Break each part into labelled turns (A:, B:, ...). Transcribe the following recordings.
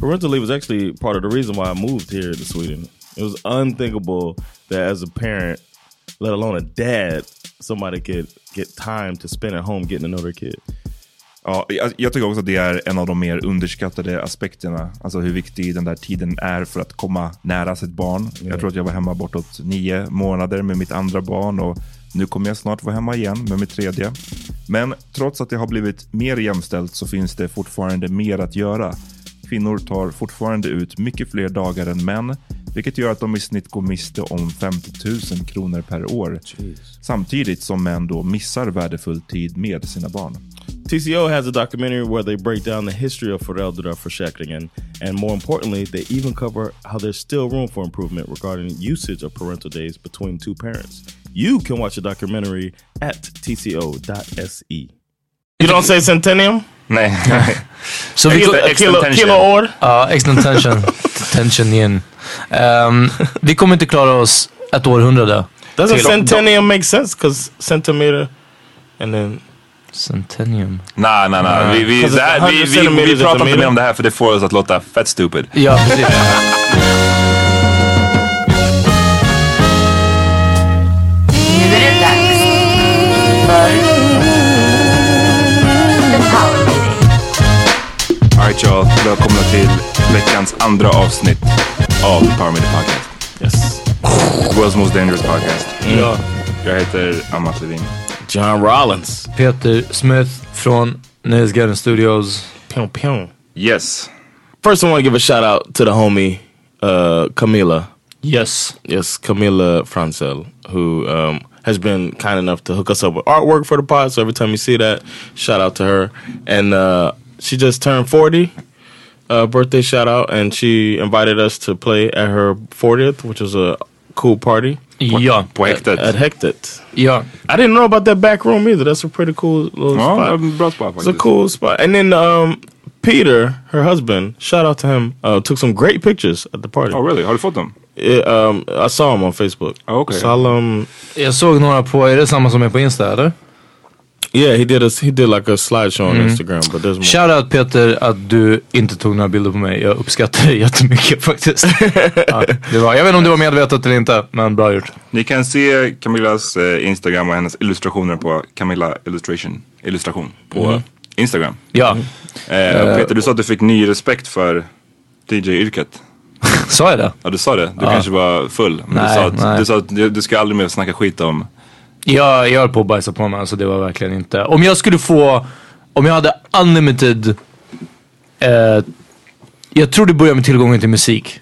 A: Parental leave was actually part of the reason why I moved here to Sweden. It was unthinkable that as a parent, let alone a dad, somebody could get time to spend at home getting to know their kid.
B: Ja, jag, jag tycker också att det är en av de mer underskattade aspekterna. Alltså hur viktig den där tiden är för att komma nära sitt barn. Jag tror att jag var hemma bortåt nio månader med mitt andra barn och nu kommer jag snart vara hemma igen med mitt tredje. Men trots att det har blivit mer jämställt så finns det fortfarande mer att göra. Kvinnor tar fortfarande ut mycket fler dagar än män, vilket gör att de i snitt går miste om 50 000 kronor per år. Samtidigt som män då missar värdefull tid med sina barn.
A: TCO has a documentary where they break down the history of föräldraförsäkringen and more importantly, they even cover how there's still room for improvement regarding usage of parental days between two parents. You can watch the documentary at tco.se. You don't say centennium?
C: Nej. Så
A: Just
C: går-
A: det, kilo, kilo år?
C: Ja, extension. Tension igen. Ehm, vi kommer inte klara oss ett århundrade.
A: Doesn't
C: Kilo-
A: centennium make sense? Because centimeter and then...
C: Centennium.
D: Nej, nej, nej. Vi, vi,
A: Fast
D: det här, vi,
A: 100
D: vi, vi,
A: centimeter
D: pratar inte
A: centimeter.
D: mer om det här för det får oss att låta fett stupid.
C: Ja, precis.
D: Alright y'all, välkomna till veckans andra avsnitt av The Power Media Podcast.
A: Yes.
D: World's Most Dangerous Podcast.
A: Ja.
D: Jag heter Amat Levin.
A: Mm. John Rollins.
C: Peter Smith från Nöjesgarden Studios.
A: Pew, pew.
D: Yes.
A: First, I want to give a shout out to the homie uh, Camila.
C: Yes.
A: Yes, Camila Francel, who um, has been kind enough to hook us up with artwork for the pod. So every time you see that, shout out to her. And uh, she just turned 40, uh, birthday shout out. And she invited us to play at her 40th, which was a cool party
C: Ja.
D: På häktet.
A: at Hectet.
C: Ja.
A: I didn't know about that back room either. That's a pretty cool little
D: Ja, det är
A: spot.
D: en bra spot
A: It's a
D: faktiskt.
A: cool spot. And then um, Peter, her husband, shout out to him, uh, took some great pictures at the party.
D: Oh really? Har du fått dem?
A: It, um, I saw him on Facebook.
D: Oh, okay.
A: So I'll, um,
C: Jag såg några på, är det samma som är på Insta eller?
A: yeah, he did a he did like a slideshow
D: Mm.
A: on Instagram, but there's more.
C: Shoutout Peter att du inte tog några bilder på mig. Jag uppskattar det jättemycket faktiskt. ja, det var, jag vet inte om det var medvetet eller inte, men bra gjort.
D: Ni kan se Camillas eh, Instagram och hennes illustrationer på Camilla Illustration. Illustration på
C: Mhm.
D: Instagram.
C: Ja. Eh,
D: Eh, Peter, du sa att du fick ny respekt för DJ-yrket.
C: Sa jag det?
D: Ja, du sa det. Du kanske var full. Men
C: Nej,
D: du sa att,
C: nej.
D: du, sa att du, du ska aldrig mer snacka skit om...
C: Jag, jag höll på att bajsa på mig, alltså det var verkligen inte. Om jag skulle få, om jag hade unlimited, eh, jag tror det börjar med tillgången till musik.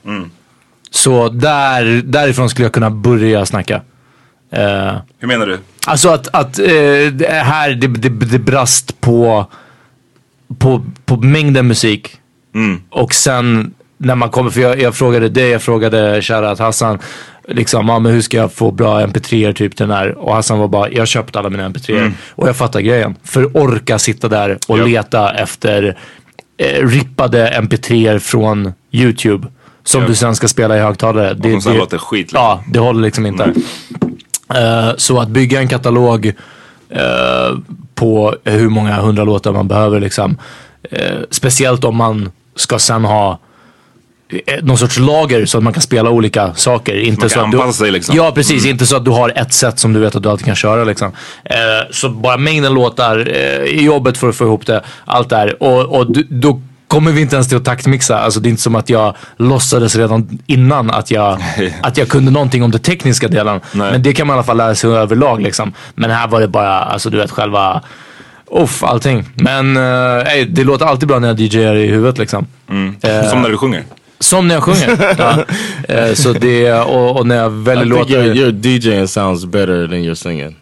C: Så där, därifrån skulle jag kunna börja snacka. Eh,
D: Hur menar du?
C: Alltså att, att eh, det här det, det, det brast på, på, på mängden musik. Och sen när man kommer, för jag, jag frågade dig, jag frågade kära Hassan. Liksom, ah, men hur ska jag få bra mp 3 typ den här? Och Hassan var bara, jag har köpt alla mina mp 3 Och jag fattar grejen. För orka sitta där och leta efter eh, rippade mp 3 från YouTube. Som du sen ska spela i högtalare. Det,
D: som sen låter skit, liksom. Mm.
C: Ja, det håller liksom inte. Eh, Så att bygga en katalog eh, på hur många hundra låtar man behöver. Liksom. Eh, Speciellt om man ska sen ha eh, någon sorts lager så att man kan spela olika saker. Inte
D: man kan
C: så att du,
D: anpassa sig, liksom.
C: Ja, precis. Inte så att du har ett sätt som du vet att du alltid kan köra. Liksom. Eh, Så bara mängden låtar, eh, jobbet för att få ihop det, allt det här. Och, och du, då kommer vi inte ens till att taktmixa. Alltså, det är inte som att jag låtsades redan innan att jag, att jag kunde någonting om den tekniska delen.
D: Nej.
C: Men det kan man i alla fall lära sig överlag. Liksom. Men här var det bara, alltså du vet själva, uff, allting. Men eh, ey, det låter alltid bra när jag DJar i huvudet liksom. Eh,
D: Som när du sjunger.
C: som när jag sjunger. ja. Eh, så det, och, och när jag väljer
A: I think your,
C: låtar.
A: your DJing sounds better than your singing.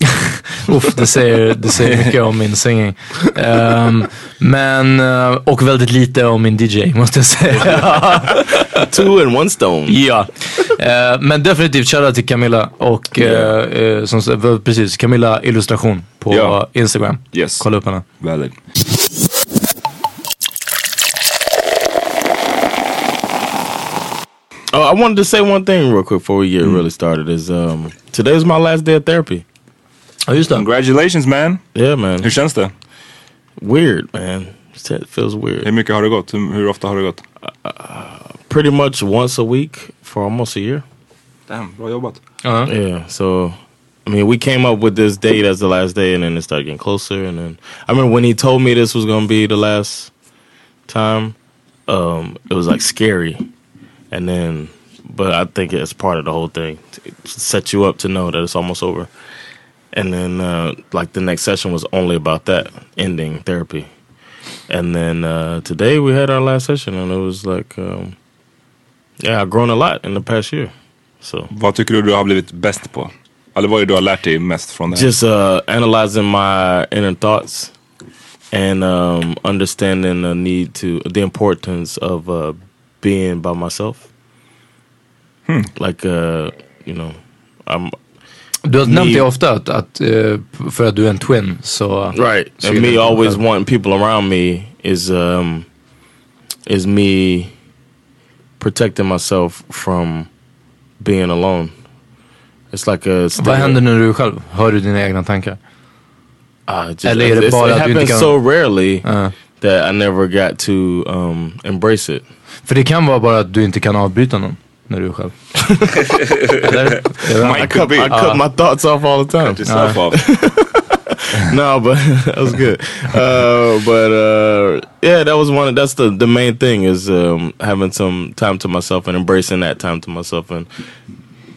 C: Uff, det säger, det säger mycket om min singing. Ehm, men, eh, och väldigt lite om min DJ måste jag säga.
A: Two in one stone.
C: ja. Eh, men definitivt shoutout till Camilla. Och eh, eh, som, sagt, väl, precis, Camilla Illustration på
D: Ja.
C: Instagram.
D: Yes.
C: Kolla upp henne.
D: Valid.
A: Oh, I wanted to say one thing real quick before we
D: Mm-hmm.
A: get really started. Is um, today was my last day of therapy.
C: Ja, just det.
D: Congratulations man!
A: Yeah, man.
D: Hur känns det?
A: Weird, man. It feels
D: Hur
A: weird.
D: mycket har det gått? Hur, hur ofta har det gått?
A: Pretty much once a week for almost a year.
D: Damn, bra jobbat.
A: Yeah, so I mean, we came up with this date as the last day, and then it started getting closer. And then I remember when he told me this was gonna be the last time, um, it was like scary. And then, but I think it's part of the whole thing. It sets you up to know that it's almost over. And then, uh, like the next session was only about that ending therapy. And then uh, today we had our last session, and it was like, um, yeah, I've grown a lot in the past year. So
D: Vad tycker du du har blivit bäst på? Eller vad är det du har lärt dig mest från det här?
A: just uh, analyzing my inner thoughts and um, understanding the need to the importance of uh, being by myself. Like uh, you know, I'm
C: Du har nämnt
A: Ni-
C: det ofta, att, att, eh, för att du är en twin. Så,
A: right,
C: så
A: and
C: gillar
A: me
C: du-
A: always wanting people around me is um, is me protecting myself from being alone. It's like a
C: Vad händer när du är själv? Hör du dina egna tankar?
A: I just,
C: Eller är det
A: it's-
C: bara
A: it
C: att du inte
A: happens
C: kan-
A: so rarely
C: Uh. Eh,
A: that I never got to um, embrace it.
C: För det kan vara bara att du inte kan avbryta någon när du är själv. Eller? Jag vet
D: Mike
C: inte.
D: could be.
A: I cut my thoughts off all the time.
D: Yourself off.
A: no, but that was good. Uh, but uh, yeah, that was one. Of, that's the the main thing is um, having some time to myself and embracing that time to myself and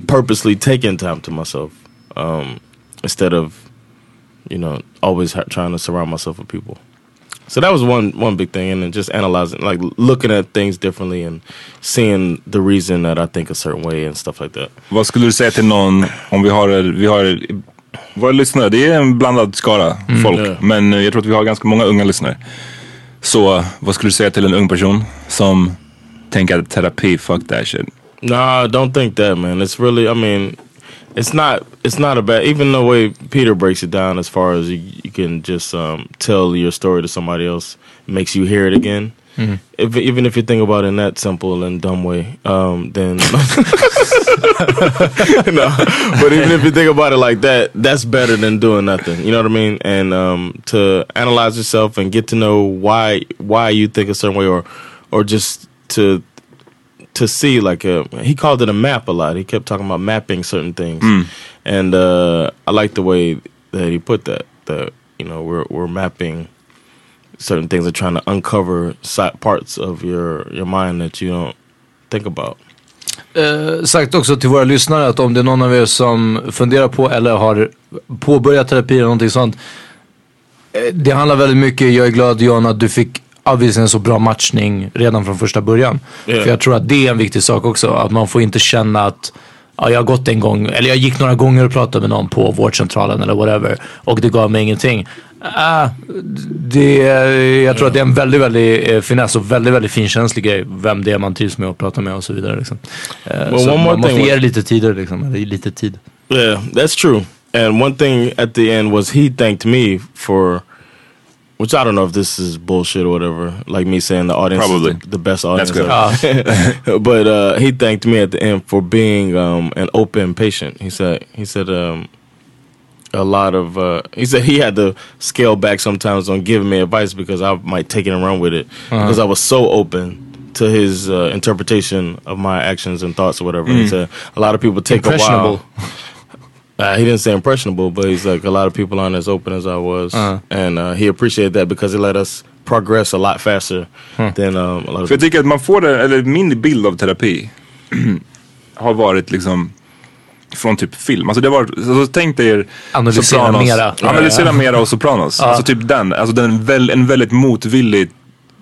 A: purposely taking time to myself um, instead of you know always ha- trying to surround myself with people. So that was one one big thing, and then just analyzing, like looking at things differently and seeing the reason that I think a certain way and stuff like that.
D: Vad skulle du säga till någon om vi har, vi har våra lyssnare, det är en blandad skara folk.
A: ja.
D: Men jag tror att vi har ganska många unga lyssnare. Så vad skulle du säga till en ung person som tänker att terapi, fuck that shit.
A: Nah, don't think that, man. It's really, I mean, it's not, it's not a bad. Even the way Peter breaks it down, as far as you, you can just um, tell your story to somebody else, makes you hear it again. If, even if you think about it in that simple and dumb way, um, then no. But even if you think about it like that, that's better than doing nothing. You know what I mean? And um, to analyze yourself and get to know why why you think a certain way, or or just to to see like a he called it a map a lot. He kept talking about mapping certain things, and uh, I like the way that he put that. That you know we're we're mapping certain things and trying to uncover si- parts of your your mind that you don't think about.
C: Eh, sagt också till våra lyssnare att om det är någon av er som funderar på eller har påbörjat terapi eller någonting sånt. eh, Det handlar väldigt mycket, jag är glad John att du fick avvisa en så bra matchning redan från första början.
A: Ja.
C: För jag tror att det är en viktig sak också. Att man får inte känna att ja, jag har gått en gång, eller jag gick några gånger och pratade med någon på vårdcentralen eller whatever och det gav mig ingenting. Ah, det, jag tror att det är en väldigt, väldigt eh, finess och väldigt, väldigt finkänslig grej. Vem det är man trivs med att prata med och så vidare. Liksom. Eh,
A: Well,
C: så
A: one more
C: man måste
A: thing
C: ge
A: was-
C: det lite tid. Liksom, eller lite tid.
A: Yeah, that's true. And one thing at the end was he thanked me for, which I don't know if this is bullshit or whatever. Like me saying the audience, is
D: Probably.
A: the, the best audience.
D: good.
A: ever. but uh, he thanked me at the end for being um, an open patient. He said, he said, um, a lot of uh he said he had to scale back sometimes on giving me advice because I might take it and run with it because I was so open to his uh, interpretation of my actions and thoughts or whatever. He said a lot of people take a
C: Impressionable.
A: while. Uh, he didn't say impressionable, but he's like a lot of people aren't as open as I was, and uh, he appreciated that because it let us progress a lot faster than um, a lot of
D: För jag tycker att man får den, eller min bild av terapi har varit liksom från typ film. Alltså det var, alltså tänk dig er
C: Analysera
D: Sopranos.
C: mera.
D: Analysera mera och Sopranos. Alltså typ den, alltså den väl, en väldigt motvillig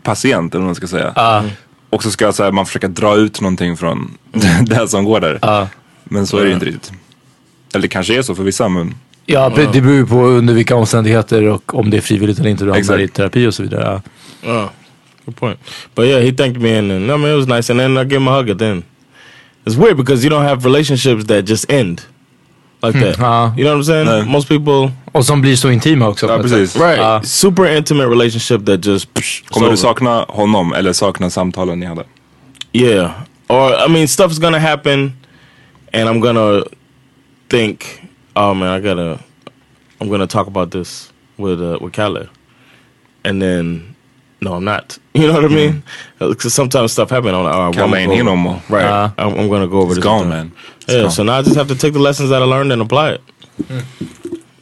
D: patient eller vad man ska säga. Och så ska så här, man försöka dra ut någonting från det som går där. Men så är det ju inte riktigt. Eller det kanske är så för vissa men
C: Ja, pre- det beror ju på under vilka omständigheter och om det är frivilligt eller inte du hamnar
D: Exakt.
C: i terapi och så vidare. Ja.
A: Oh, good point. But yeah, he thanked me, and, and I mean it was nice. And then I give him a hug. At the end, it's weird because you don't have relationships that just end like that.
C: uh-huh.
A: You know what I'm saying?
D: No.
A: Most people,
C: Och som blir så intima också.
D: ja,
C: på ett
D: precis.
C: sätt.
A: right?
C: Uh.
A: super intimate relationship that just psh, it's
D: Kommer
A: over.
D: du sakna honom eller sakna samtalen ni hade?
A: yeah. Or I mean, stuff's gonna happen, and I'm gonna think, oh man, I gotta, I'm gonna talk about this with uh, with Khaled, and then. No, I'm not. You know what I mean? 'Cause sometimes stuff happens. I'm like, all right, well,
D: Kalle
A: I'm
D: ain't
A: gonna
D: here
A: go-
D: no more.
A: Right.
C: Uh,
A: I'm, I'm going to go over
D: It's
A: this.
D: gone
A: with
D: man.
A: them.
D: It's
A: yeah,
D: gone.
A: so now I just have to take the lessons that I learned and apply it.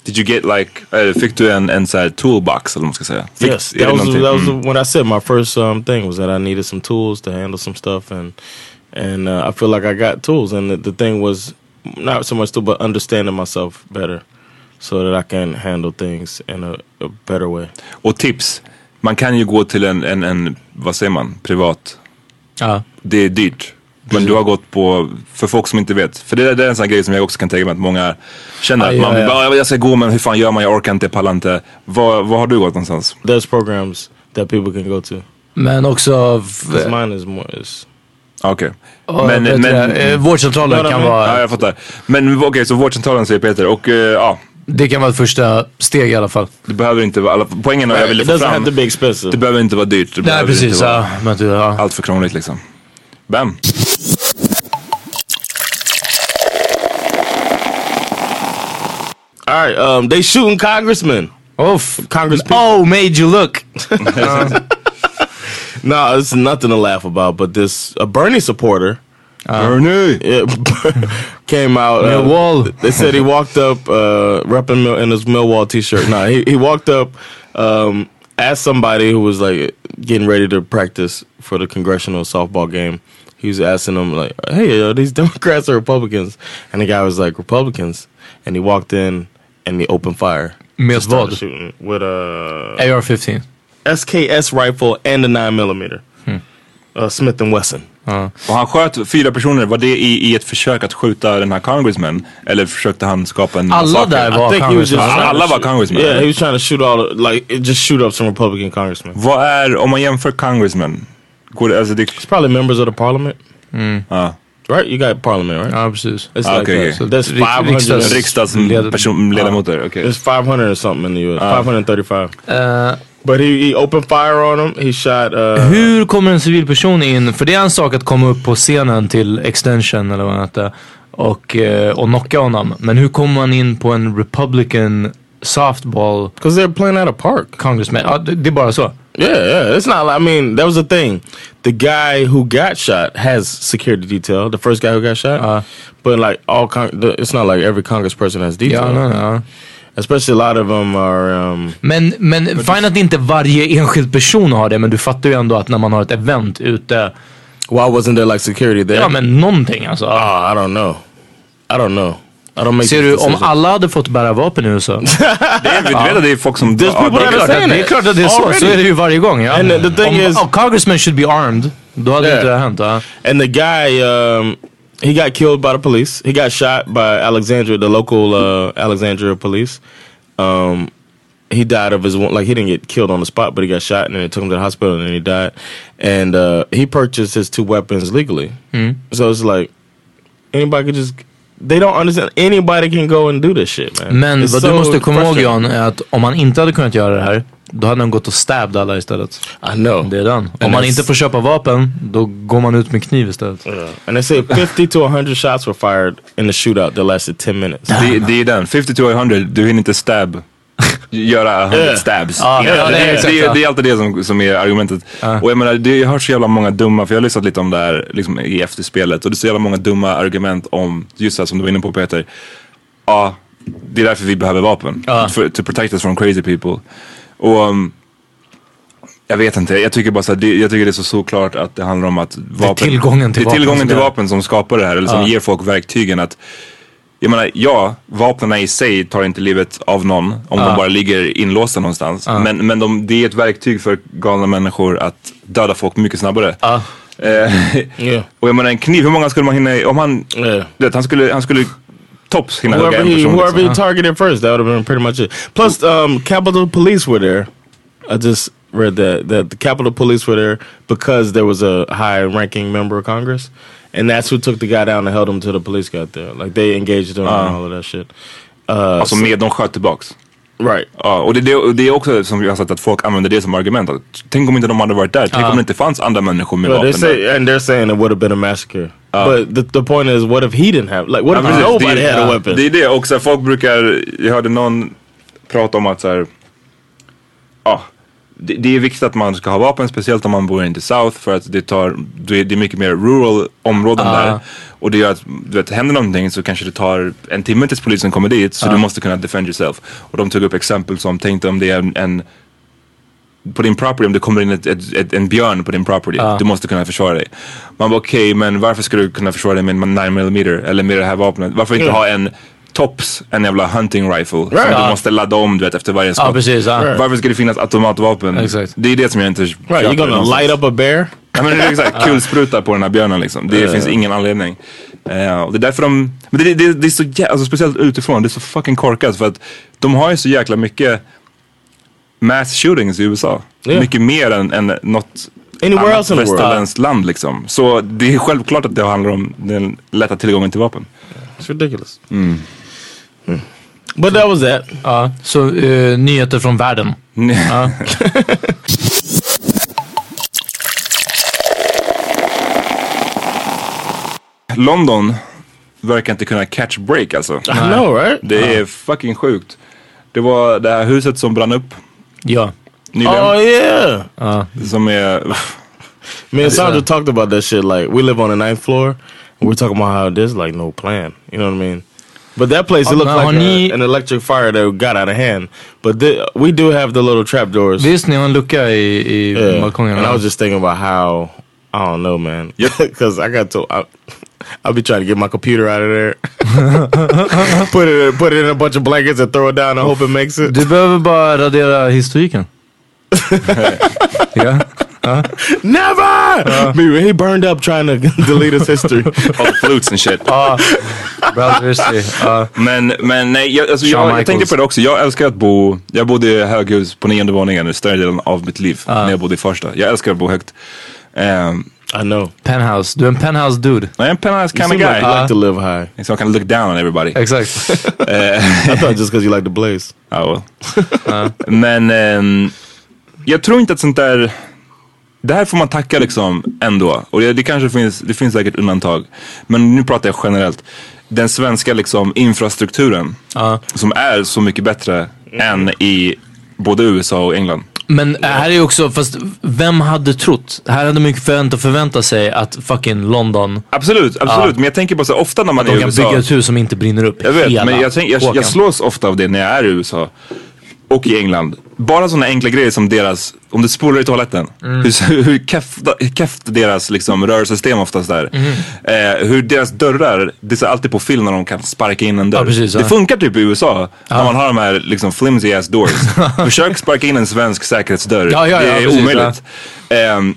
D: Did you get like, eh, fick du en, en så här toolbox eller vad man ska säga? Fick,
A: yes,
D: är det
A: that was
D: någonting-
A: that was
D: mm.
A: what I said. My first um, thing was that I needed some tools to handle some stuff, and and uh, I feel like I got tools. And the, the thing was not so much tool, but understanding myself better, so that I can handle things in a, a better way.
D: Mm. Och tips. Man kan ju gå till en, en, en vad säger man, privat.
C: Ja.
D: Det är dyrt. Men du har gått på, för folk som inte vet. För det, där- det är en sån här grej som jag också kan tänka mig att många känner.
C: Ja,
D: att
C: ja,
D: man vill
C: ja.
D: bara, "Ah, jag ska gå men hur fan gör man? Jag orkar inte, jag pallar inte. Var, var har du gått någonstans?
A: There's programs that people can go to.
C: Men också... f-
A: 'Cause Mine is more is
D: Ah, Okej.
C: Ja,
D: Alltså, Men,
C: vad heter
D: men,
C: det? Eh, vårdcentralen kan vara...
D: ja, jag fattar. Men okej, så vårdcentralen säger Peter. Och eh, ja,
C: Det kan vara ett första steg i alla fall.
D: det behöver inte vara, alla, poängen jag ville
A: It
D: få
A: doesn't have
D: fram.
A: to be expensive.
D: Det behöver inte vara dyrt. Det
C: Nej,
D: behöver
C: precis.
D: inte vara
C: Ja, men du, ja.
D: allt för krångligt liksom. Bam.
A: All right, um, they shooting congressmen.
C: Oh, f-
A: Congress
C: oh, made you look.
A: No, it's nothing to laugh about. But this a Bernie supporter
D: Bernie!
A: it came out. uh,
C: Millwall.
A: They said he walked up, uh, repping Mil- in his Millwall t-shirt. No, he, he walked up, um, asked somebody who was like getting ready to practice for the congressional softball game. He was asking them like, "Hey, are these Democrats or Republicans?" And the guy was like, "Republicans." And he walked in and he opened fire.
C: Med
A: Started
C: vad?
A: Shooting with a
C: AR-15.
A: SKS rifle and a nine millimeter, uh, Smith and Wesson.
D: Och han sköt fyra personer. Var det i, i ett försök att skjuta den här congressman? Eller försökte han skapa en
C: Alla
D: massaker?
C: där
A: I
C: var
A: think he was just
C: congressmen.
A: trying
D: Alla-
A: to
D: alla var
A: shoot-
D: congressmen.
A: Yeah, he was trying to shoot all like it- just shoot up some Republican congressmen.
D: Vad är, om man jämför congressman. Går det, alltså det,
A: It's probably members of the parliament, Hmm.
D: ja.
A: right? You got parliament, right?
C: Ja, precis.
A: It's
D: Ah,
A: like
D: okay,
A: that.
D: okay.
A: So there's
C: Rick-
A: 500.
C: Riksdags- Led-
D: riksdagsledamöter. Okay.
A: There's 500 or something in the U.S. 535.
C: Eh,
A: but he, he opened fire on him. He shot. Uh,
C: Hur kommer en civil person in? För det är en sak att komma upp på scenen till extension eller vad han hette och, eh, och knocka honom. Men hur kommer man in på en republican softball
A: Cause they're playing at a park.
C: congressman? Ja, det, det är bara så.
A: Yeah, yeah. It's not. I mean, that was the thing. The guy who got shot has security detail. The first guy who got shot, but like all, con- the, it's not like every congressperson has detail.
C: Ja, nej, nej.
A: Especially a lot of them are. Um,
C: Men, men fine att inte varje enskild person har det, men du fattar ju ändå att när man har ett event ute
A: Why wasn't there like security there?
C: Ja men någonting alltså.
A: Ah, I don't know. I don't know. I don't make
C: Ser
A: this
C: du, om
A: decision.
C: alla hade fått bära vapen i USA.
D: Det är, vi vet att det är folk som
A: There's people
D: det
A: that are
D: är klart.
C: Det
A: saying
C: är
A: it
C: klart att det är så.
A: already.
C: Så är det ju varje gång. Ja.
A: And the thing
C: om,
A: is-
C: oh, congressmen should be armed. Då hade
A: Yeah.
C: inte det hänt. Ja.
A: And the guy, um, he got killed by the police. He got shot by Alexandria, the local uh, Alexandria police. Um, he died of his wound. Like he didn't get killed on the spot, but he got shot, and then they took him to the hospital, and then he died. And uh, he purchased his two weapons legally. So it's like anybody could just. They don't understand. Anybody can go and do this shit, man.
C: Men
A: It's
C: vad du
A: so
C: måste komma ihåg
A: frustrating.
C: Jan är att om man inte hade kunnat göra det här, då hade man gått och stabbed alla istället.
A: I know.
C: Det är den. Om
A: And
C: man
A: it's-
C: inte får köpa vapen, då går man ut med kniv istället.
A: And they say 50 to 100 shots were fired in the shootout that lasted 10 minutes.
D: Det, det är den. 50 to 100, du hinner inte stab. Göra 100
A: Yeah.
D: stabs.
C: Ja, ja, det är
D: det, är-
C: exakt,
D: det,
C: ja.
D: är- det är alltid det som, som är argumentet. Och jag menar, det har så jävla många dumma, för jag har lyssnat lite om det här liksom, i efterspelet och det är så jävla många dumma argument om, just det här som du var inne på Peter. Ja, det är därför vi behöver vapen.
C: Ja.
D: För, to protect us from crazy people. Och um, jag vet inte, jag tycker bara så här, det, jag tycker det är så såklart att det handlar om att vapen...
C: tillgången till
D: det är
C: vapen
D: tillgången till
C: som gör-
D: vapen som skapar det här, eller som ger folk verktygen att jag menar, ja, vapnen i sig tar inte livet av någon om de bara ligger inlåsta någonstans. Men, men de, det är ett verktyg för galna människor att döda folk mycket snabbare.
C: Ah.
D: Eh,
A: Yeah.
D: och jag menar en kniv, hur många skulle man hinna, om han,
C: Eh.
A: Yeah.
D: du vet, han skulle, han skulle tops hinna hugga
A: Whoever
D: en
A: he,
D: person.
A: whoever he
D: Liksom.
A: targeted first, that would have been pretty much it. Plus, um, Capitol Police were there. I just read that that the Capitol Police were there because there was a high-ranking member of Congress, and that's who took the guy down and held him till the police got there. Like they engaged him and all of that shit. Uh,
D: Alltså med, de sköt tillbaks.
A: right.
D: Ja, och det, det, och det är också som jag har sett att folk använder det som argument. Att, tänk om inte de hade varit där, tänk om det inte fanns andra människor med
A: But they
D: vapen där.
A: say, and they're saying it would have been a massacre. but the, the point is, what if he didn't have? Like, what if
D: Ja, precis.
A: nobody
D: det, är-
A: had a weapon?
D: Det är det också. Folk brukar, jag hörde någon prata om att så här, ja, det, det är viktigt att man ska ha vapen, speciellt om man bor inte South för att det tar, det är, det är mycket mer rural områden där. Och det gör att, du vet, händer någonting så kanske det tar en timme tills polisen kommer dit så du måste kunna defend yourself. Och de tog upp exempel som, tänkte om det är en, en på din property, om det kommer in ett, ett, ett, en björn på din property, du måste kunna försvara dig. Man bara okej, men varför ska du kunna försvara dig med en 9 mm eller med det här vapnet? Varför inte
A: Ja.
D: ha en tops, en jävla hunting rifle som
A: Ja.
D: du måste ladda om du vet efter varje skott?
C: Ja, precis. Ja.
A: Right.
D: Varför ska det finnas automatvapen?
C: Exakt.
D: Det är det som jag inte köper
A: right, you're gonna
D: någonstans.
A: light up a bear.
D: Ja, men det är exakt, kulspruta på den här björnen liksom. Det
A: Ja.
D: finns ingen anledning. Eh, och det är därför de, men det, det, det är så jävla, alltså, speciellt utifrån, det är så fucking korkat för att de har ju så jäkla mycket mass shootings i USA.
A: Ja.
D: Mycket mer än, än något
A: Anywhere
D: annat
A: else in the world.
D: västerländskt land liksom. Så det är självklart att det handlar om den lätta tillgången till vapen.
A: It's ridiculous. Mm. But that was that.
C: Ja, så eh, nyheter från världen.
D: Ja. London verkar inte kunna catch break alltså.
A: I know, right?
D: Det är fucking sjukt. Det var det här huset som brann upp
C: Ja.
D: nyligen.
A: Oh yeah.
D: Som är...
A: Me and Sandra talked about that shit. Like we live on the ninth floor, and we're talking about how there's like no plan. You know what I mean? But that place, it
C: Oh,
A: looked
C: no,
A: like a-
C: honey.
A: an electric fire that got out of hand. But the, we do have the little trap doors.
C: Visst, ni har en lucka i, i
A: Yeah.
C: balkongen?
A: And I
C: va?
A: was just thinking about how I don't know, man.
D: Yep.
A: Because I got to. I, I'll be trying to get my computer out of there. put it put it in a bunch of blankets and throw it down and hope it makes it.
C: Du behöver bara radera historiken. ja.
A: Never. Me- he burned up trying to delete his history.
D: All the flutes and shit.
C: Brothersley. Ja.
D: Men, men nej, jag, alltså,
C: Shawn
D: jag, jag
C: Michaels.
D: tänkte på det också. Jag älskar att bo, jag bodde i höghus på nionde våningen i större delen av mitt liv. När jag bodde i första. Jag älskar att bo högt. Um,
A: I know.
C: Penthouse. Du är en penthouse dude.
D: I am a nice
A: You
D: kind
A: seem
D: of
A: like
D: guy.
A: you like to live high.
D: so I can look down on everybody.
C: Exakt.
A: I thought just because you like to blaze.
D: Ja, well. Men ehm, jag tror inte att sånt där... Det här får man tacka liksom ändå. Och det, det kanske finns, det finns säkert undantag. Men nu pratar jag generellt. Den svenska liksom infrastrukturen som är så mycket bättre
C: Mm.
D: än i både USA och England.
C: Men här är ju också, fast vem hade trott? Här hade man ju förväntat, förväntat sig att fucking London,
D: Absolut, absolut. Men jag tänker bara så här, ofta när man är i
C: de kan
D: USA.
C: bygga ett hus som inte brinner upp
D: Jag vet,
C: hela
D: men jag, tänk, jag,
C: åkern.
D: jag slås ofta av det när jag är i USA. och i England. Bara sådana enkla grejer som deras, om du spolar i toaletten,
C: Mm.
D: hur, hur kefft- hur kefft deras liksom, rörsystem oftast är.
C: Mm.
D: Eh, hur deras dörrar, det ser alltid på film när de kan sparka in en dörr.
C: Ja, precis, ja.
D: det funkar typ i USA, när man har de här liksom, flimsy ass doors. Försök sparka in en svensk säkerhetsdörr,
C: Ja, ja, ja,
D: det är
C: precis,
D: omöjligt. Ehm,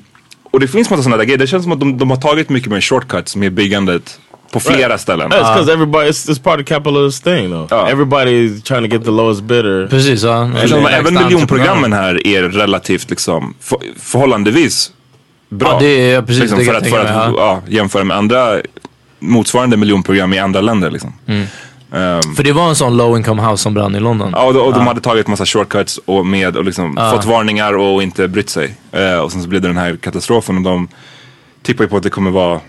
D: och det finns massa sådana där grejer, det känns som att de, de har tagit mycket mer shortcuts med byggandet på flera ställen.
A: That's because everybody. It's, it's part of capitalist thing, though.
D: Uh, Oh.
A: Everybody's trying to get the lowest bidder.
C: Precis, ja.
D: Jag känner att även miljonprogrammen här är relativt liksom för, förhållandevis bra.
C: Ja, det är precis det
D: liksom,
C: kan
D: för
C: jag
D: att,
C: tänka
D: för att
C: mig,
D: ja, jämföra med andra motsvarande miljonprogram i andra länder. Liksom.
C: Mm. För det var en sån low income house som brann i London.
D: Ja, och, de- och de hade tagit massa shortcuts och, med, och liksom fått varningar och inte brytt sig. Eh, och sen så blev det den här katastrofen och de tippar ju på att det kommer vara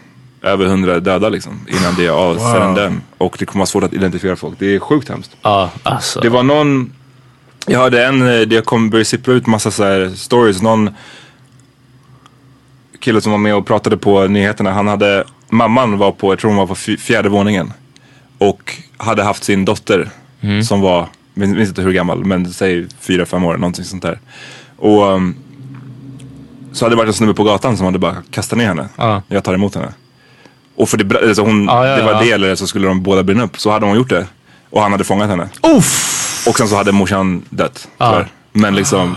D: över hundra döda liksom innan det är av sedan den. Och det kommer vara svårt att identifiera folk. Det är sjukt hemskt.
C: Ja, alltså.
D: Det var någon, jag hörde en, eh, det kom började sippra ut massa så här stories. Någon kille som var med och pratade på nyheterna, han hade, mamman var på, jag tror hon var på fj- fjärde våningen. Och hade haft sin dotter
C: Mm.
D: som var, jag minns inte hur gammal, men säg fyra, fem år, någonting sånt där. Och um, så hade det varit en snubbe på gatan som hade bara kastat ner henne.
C: Ja.
D: Jag tar emot henne. Och för det, br- alltså hon,
C: Ja, ja,
D: det var
C: ja.
D: det eller så skulle de båda brinna upp. Så hade hon gjort det. Och han hade fångat henne. Och sen så hade morsan dött.
A: Ah.
D: tyvärr. Men liksom,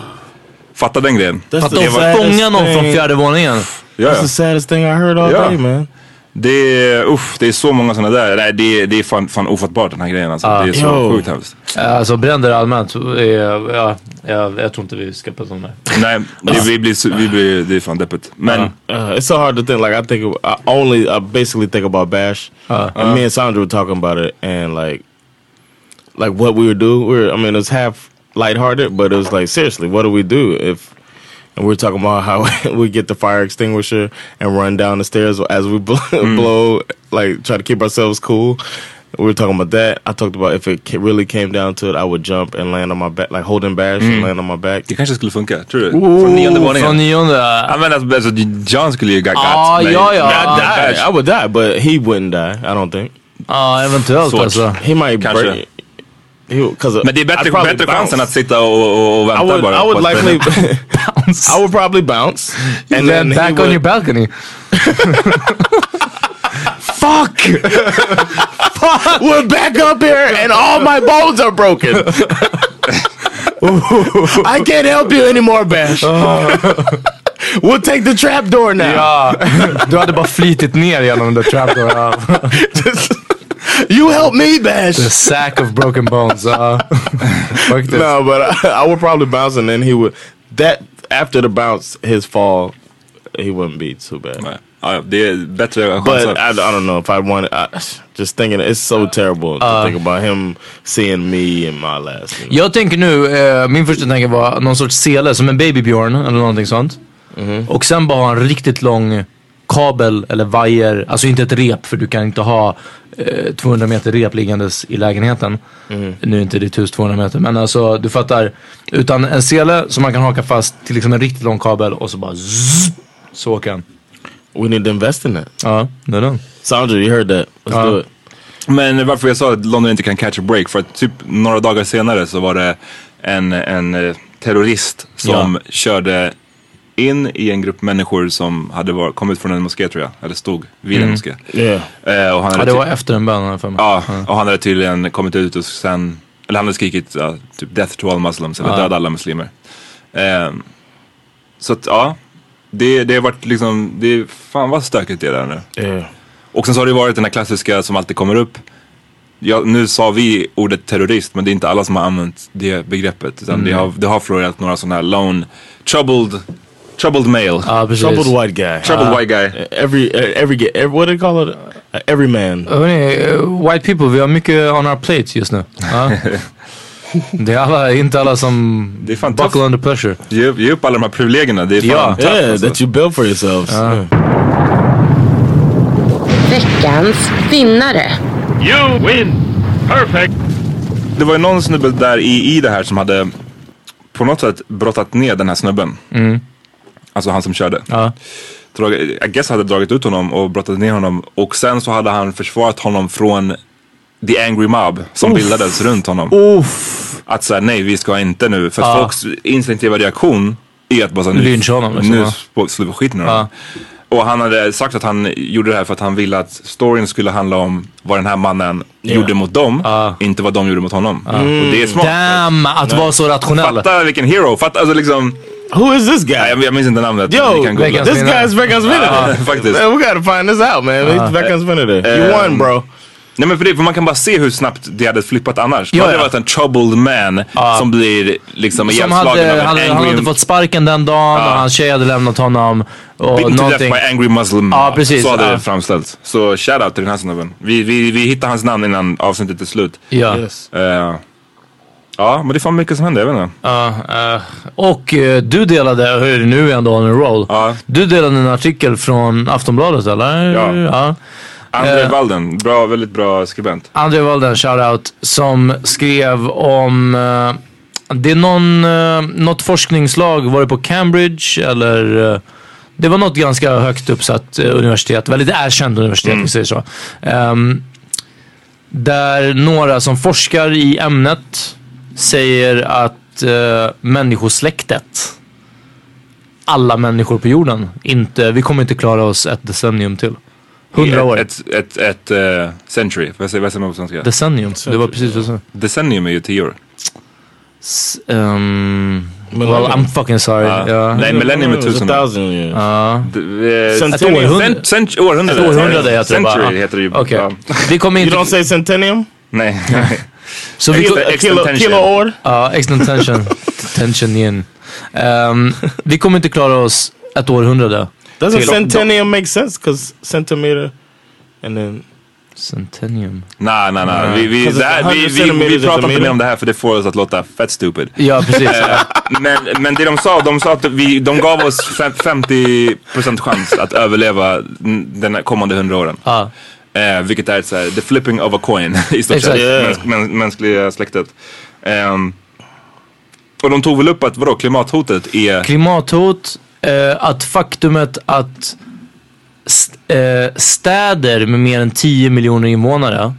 D: fatta den grejen.
A: That's
C: Fatta att fånga någon från fjärde våningen.
D: Ja,
A: That's
D: ja.
A: the saddest thing I heard all
D: Yeah.
A: day, man.
D: Det, är, uff, det är så många sådana där. Nej, det, är- det är fan, fan ofattbart den här grejen alltså. Det är så
A: Jo.
D: sjukt hemskt.
C: Alltså bränder allmänt. eh, Ja, ja, jag tror inte vi ska prata om det.
D: Nej, det, vi blir, så- vi blir, det är fan deppigt. Men
A: Uh, it's so hard to think. Like I think I only I basically think about Bash. and me and Sandra were talking about it, and like, like what we would do. We were, I mean, it's half lighthearted, but it was like seriously, what do we do if? And we are talking about how we get the fire extinguisher and run down the stairs as we blow, blow like try to keep ourselves cool. We were talking about that. I talked about if it ca- really came down to it, I would jump and land on my back, like holding Bash and land on my back.
D: det kanske skulle funka, tror du? Från nionde
C: Oh, Från
D: våningen.
C: nionde.
D: Ja men alltså, alltså John skulle ju gagat.
C: Ah,
D: Nej,
C: ja, ja.
D: nej,
C: Ah,
A: I,
D: nej.
A: Uh, I would die, but he wouldn't die. I don't think.
C: Ja, eventuellt
D: Svårt.
C: alltså.
A: Oh, uh, He might
D: Kanske.
A: break. He, cause
D: Men det är bättre,
A: I'd probably
D: bättre
A: bounce.
D: chansen att sitta och, och, och vänta
A: I would,
D: bara.
A: I
D: på
A: would
D: att-
A: likely I would probably bounce, and then he
C: back on
A: would-
C: your balcony.
A: fuck. We're back up here, and all my bones are broken. I can't help you anymore, Bash. Uh. we'll take the trap door now.
C: Ja, du hade bara flitit ner genom the trap door. ja.
A: You help me, Bash.
C: The sack of broken bones. ja. Faktiskt.
A: No, but I, I would probably bounce, and then he would. That after the bounce, his fall, he wouldn't be too bad.
D: Nej. Ja, det är bättre chanser.
A: But I, I don't know if I want. I, just thinking, it's so terrible to think about him seeing me in my last. You know?
C: Jag tänker nu, eh, min första tanke var någon sorts sele, som en babybjörn eller någonting sånt. Och sen bara ha en riktigt lång kabel eller vajer, alltså inte ett rep för du kan inte ha eh, 200 meter rep liggandes i lägenheten. Nu är inte ditt hus 200 meter men alltså du fattar. Utan en sele som man kan haka fast till liksom en riktigt lång kabel och så bara zzz, så åker den.
A: We need to invest in that.
C: Ja, det är den.
A: Sandra, you heard that? Let's
C: Uh,
A: do it.
D: Men varför jag sa att London inte kan catch a break, för att typ några dagar senare så var det en, en eh, terrorist som körde in i en grupp människor som hade var, kommit från en moské tror jag, eller stod vid en moské.
A: Yeah.
D: Eh, och han
C: Mm.
D: hade
C: Ja, det
D: ty-
C: var efter en bön har jag för mig.
D: Ja, och han hade tydligen kommit ut och sen, eller han hade skrikit ja, typ death to all muslims, eller döda alla muslimer. Ehm, så att ja, det, det har varit liksom, det, fan vad stökigt det är där nu.
A: Yeah.
D: Och sen så har det ju varit den här klassiska som alltid kommer upp. Ja, nu sa vi ordet terrorist, men det är inte alla som har använt det begreppet. Utan
C: Mm.
D: det har, det har florerat några sådana här lone, troubled, troubled male,
C: Ja, precis.
A: Troubled white guy. Uh,
D: troubled white guy.
A: Every every get every, what do they call it? Uh, every man.
C: Hörrni, eh, white people, vi har mycket on our plates just nu. Ja. Det är alla, inte alla som
D: Det är fan
C: buckle
D: tufft.
C: under pressure.
D: Ge, upp- ge upp alla de här privilegierna, det är fan
C: Ja. Eh,
D: tough,
A: yeah,
D: alltså.
A: that you built for yourselves. Yeah.
E: Veckans vinnare.
D: Det var ju någon snubbe där i, i det här som hade på något sätt brottat ner den här snubben. Alltså han som körde.
C: Mm. Ja.
D: Drag, I guess hade dragit ut honom och brottat ner honom. Och sen så hade han försvarat honom från the angry mob som bildades runt honom.
C: Uff.
D: Att säga nej, vi ska inte nu. För att
C: Ja.
D: folks instinktiva reaktion är att bara så, här, nu,
C: Lyncha honom, liksom,
D: nu
C: ja.
D: sp- slår vi skiten ur honom. Och han hade sagt att han gjorde det här för att han ville att storyn skulle handla om vad den här mannen gjorde mot dem, inte vad de gjorde mot honom. Och
C: Mm.
D: det är smart.
C: Damn, att vara så rationell.
D: Fatta vilken hero, fatta alltså liksom.
A: Who is this
D: Nej,
A: guy?
D: jag, jag minns inte namnet. men
A: Yo,
D: ni kan googla.
C: Vegas-
A: this guy's Vegas Vinity.
D: faktiskt.
A: Man, we gotta find this out, man. He's Vegas Vinity. You
D: eh,
A: won, bro.
D: Nej men för, det, för man kan bara se hur snabbt det hade flippat annars.
C: Ja,
D: det hade
C: ja.
D: varit en troubled man som blir liksom
C: Som
D: ihjälslagen av
C: hade,
D: en
C: han,
D: angry...
C: han hade fått sparken den dagen och hans tjej hade lämnat honom. Och
D: Beaten to death
C: någonting.
D: by angry muslim.
C: Ja, precis,
D: Så hade
C: ja.
D: det framställts. Så shoutout till den här snubben. Vi, vi, vi hittar hans namn innan avsnittet är slut.
C: Ja.
A: Yes.
D: Eh, ja, men det är fan mycket som händer, jag vet inte.
C: Ja, eh, och eh, du delade, hur är det nu ändå on a roll.
D: Ja.
C: Du delade en artikel från Aftonbladet eller?
D: Ja.
C: ja.
D: André
C: Eh.
D: Walden, bra, väldigt bra skribent.
C: André Walden, shoutout, som skrev om eh, det är någon, eh, något forskningslag, var det på Cambridge eller? eh, det var något ganska högt uppsatt eh, universitet, väldigt erkänt universitet
D: Mm.
C: om vi säger så. Ehm, där några som forskar i ämnet säger att eh, människosläktet, alla människor på jorden, inte, vi kommer inte klara oss ett decennium till. Hundra år.
D: Ett, ett, ett, ett eh, century, vad säger vad säger man på svenska?
C: Decennium, det var precis vad jag sa.
D: Decennium är ju tio år.
C: S- ehm, well, I'm fucking sorry.
D: Ja.
C: Ja.
D: Nej, millennium är
A: It's a
D: tusen år.
A: thousand years.
D: D- eh,
A: Cent-
C: Ett århundrade.
D: Cent- cent- Århundrade.
C: Ett århundrade heter det bara. Ah,
D: Century heter det ju.
C: Okej.
D: Ja.
C: Vi kommer
A: you
C: inte...
A: don't say centennium?
D: Nej.
C: så vi,
D: Kilo-
C: ko-
D: Extra
A: Kilo,
D: tension.
A: kilo år?
C: ja, extern tension. tension igen. Ehm, vi kommer inte klara oss ett århundrade.
A: Doesn't
D: Kilo-
A: centennium make sense? Because centimeter and then...
C: Centennium.
D: Nej, nej, nej. Vi, vi,
C: Alltså,
A: Fast
D: det här,
A: 100
D: vi, vi, vi
A: centimeters
D: pratar inte
A: meter.
D: mer om det här för det får oss att låta fett stupid.
C: Ja, precis.
D: Men, men det de sa, de sa att vi, de gav oss fem- 50% chans att överleva n- den här kommande 100 åren.
C: Ja.
D: Eh, vilket är ett så här, the flipping of a coin i stort sett.
C: Exakt.
A: Yeah.
D: Mäns, mäns, mänskliga släktet. Ehm, och de tog väl upp att vadå, klimathotet är...
C: Klimathot, eh, att faktumet att st- eh, städer med mer än 10 miljoner invånare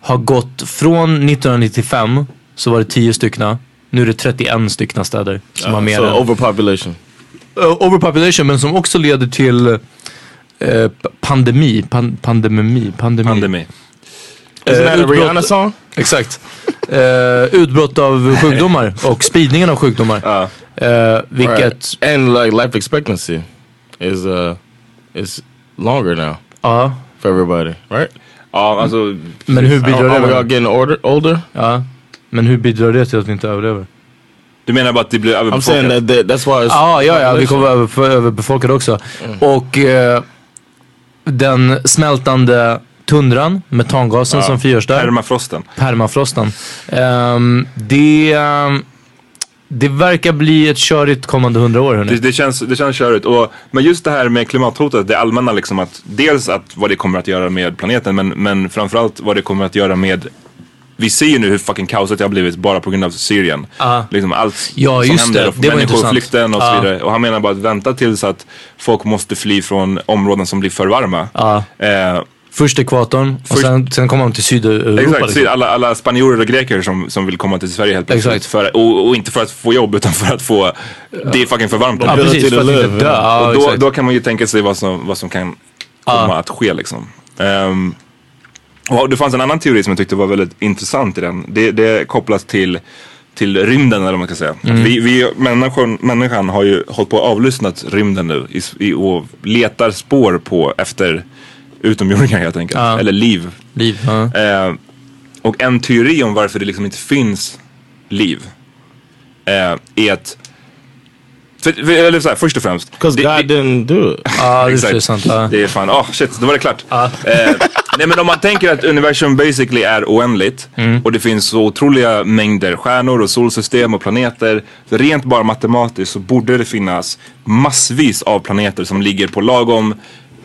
C: har gått från 1995, så var det 10 styckna, nu är det 31 styckna städer som har mer
A: uh, so
C: än...
A: overpopulation.
C: Eh, overpopulation men som också leder till eh, p- pandemi, pan, pandememi, pandemi.
D: Pandemi.
A: Isn't
C: Eh,
A: that a
C: utbrott-
A: Rihanna song?
C: Exakt. Eh, utbrott av sjukdomar och spridningen av sjukdomar. Eh, vilket,
A: Right. And like life expectancy is uh is longer now
C: ja.
A: for everybody, right?
D: Ja, alltså...
C: men hur
A: Are,
C: bidrar
A: are we
C: det?
A: all getting older, older?
C: Ja. Men hur bidrar det till att vi inte överlever?
D: Du menar bara att det blir
A: I'm saying
D: överbefolkat?
A: that, that that's why it's
C: Ja, ja, ja, vi
A: population.
C: kommer vara över- överbefolkade också. Och eh, den smältande tundran, metangasen som frigörs där.
D: Permafrosten.
C: permafrosten. Ehm, det, ehm, det verkar bli ett körigt kommande hundra år.
D: Det,
C: Hörni.
D: det känns, det känns körigt. Och, men just det här med klimathotet, det allmänna liksom att dels att vad det kommer att göra med planeten men, men framförallt vad det kommer att göra med vi ser ju nu hur fucking kaoset det har blivit bara på grund av Syrien.
C: Ja.
D: Liksom allt
C: Ah. Ja,
D: som
C: just
D: händer
C: det.
D: och
C: Det var
D: människoflykten och så
C: intressant. Ah.
D: vidare. Och han menar bara att vänta tills att folk måste fly från områden som blir för varma.
C: Ah.
D: Eh,
C: Först ekvatorn och
D: Först-
C: sen, sen kommer de till Sydeuropa.
D: Exakt,
C: liksom.
D: precis. alla, alla spanjorer och greker som, som vill komma till Sverige helt plötsligt.
C: Exakt.
D: För, och, och inte för att få jobb utan för att få, det är fucking för varmt.
C: Ja, precis. För att inte dö. Ja,
D: och då,
C: exakt.
D: då kan man ju tänka sig vad som, vad som kan komma att ske liksom. Ehm, och det fanns en annan teori som jag tyckte var väldigt intressant i den. Det, det kopplas till, till rymden eller vad man ska säga.
C: Mm.
D: Att Vi, vi, människan, människan har ju hållit på och avlyssnat rymden nu i, s- i, och letar spår på efter utomjordingar helt enkelt. Eller liv
C: Liv. Ja.
D: Eh, och en teori om varför det liksom inte finns liv eh, är att... För, för, eller så här, först och främst.
A: Because
D: det-
A: God
D: det-
A: didn't do it.
C: Ja, det
D: exakt.
C: är sant. Ja.
D: Det är fan, ah shit, då var det klart. Eh, nej men om man tänker att universum basically är oändligt och det finns så otroliga mängder stjärnor och solsystem och planeter. Så rent bara matematiskt så borde det finnas massvis av planeter som ligger på lagom,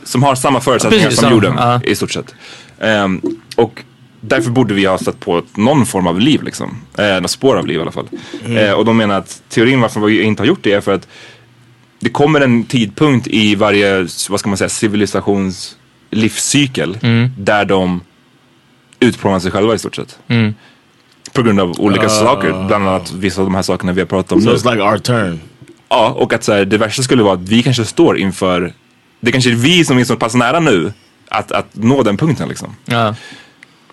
D: som har samma förutsättningar
C: Precis,
D: som
C: samma.
D: jorden
C: Ja.
D: i stort sett. Ehm, och därför borde vi ha stött på ett- någon form av liv liksom. Eh, några spår av liv i alla fall.
C: Mm.
D: Eh, och de menar att teorin varför vi inte har gjort det är för att det kommer en tidpunkt i varje, vad ska man säga, civilisations
C: Mm. Mm.
D: livscykel där de utplånar sig själva i stort sett. på grund av
C: Ah.
D: olika saker. Bland annat vissa av de här sakerna vi har pratat om
A: So
D: nu.
A: it's like our turn.
D: Ja, och att så här, det värsta skulle vara att vi kanske står inför, det kanske är vi som är så pass nära nu att, att nå den punkten liksom.
C: Ja,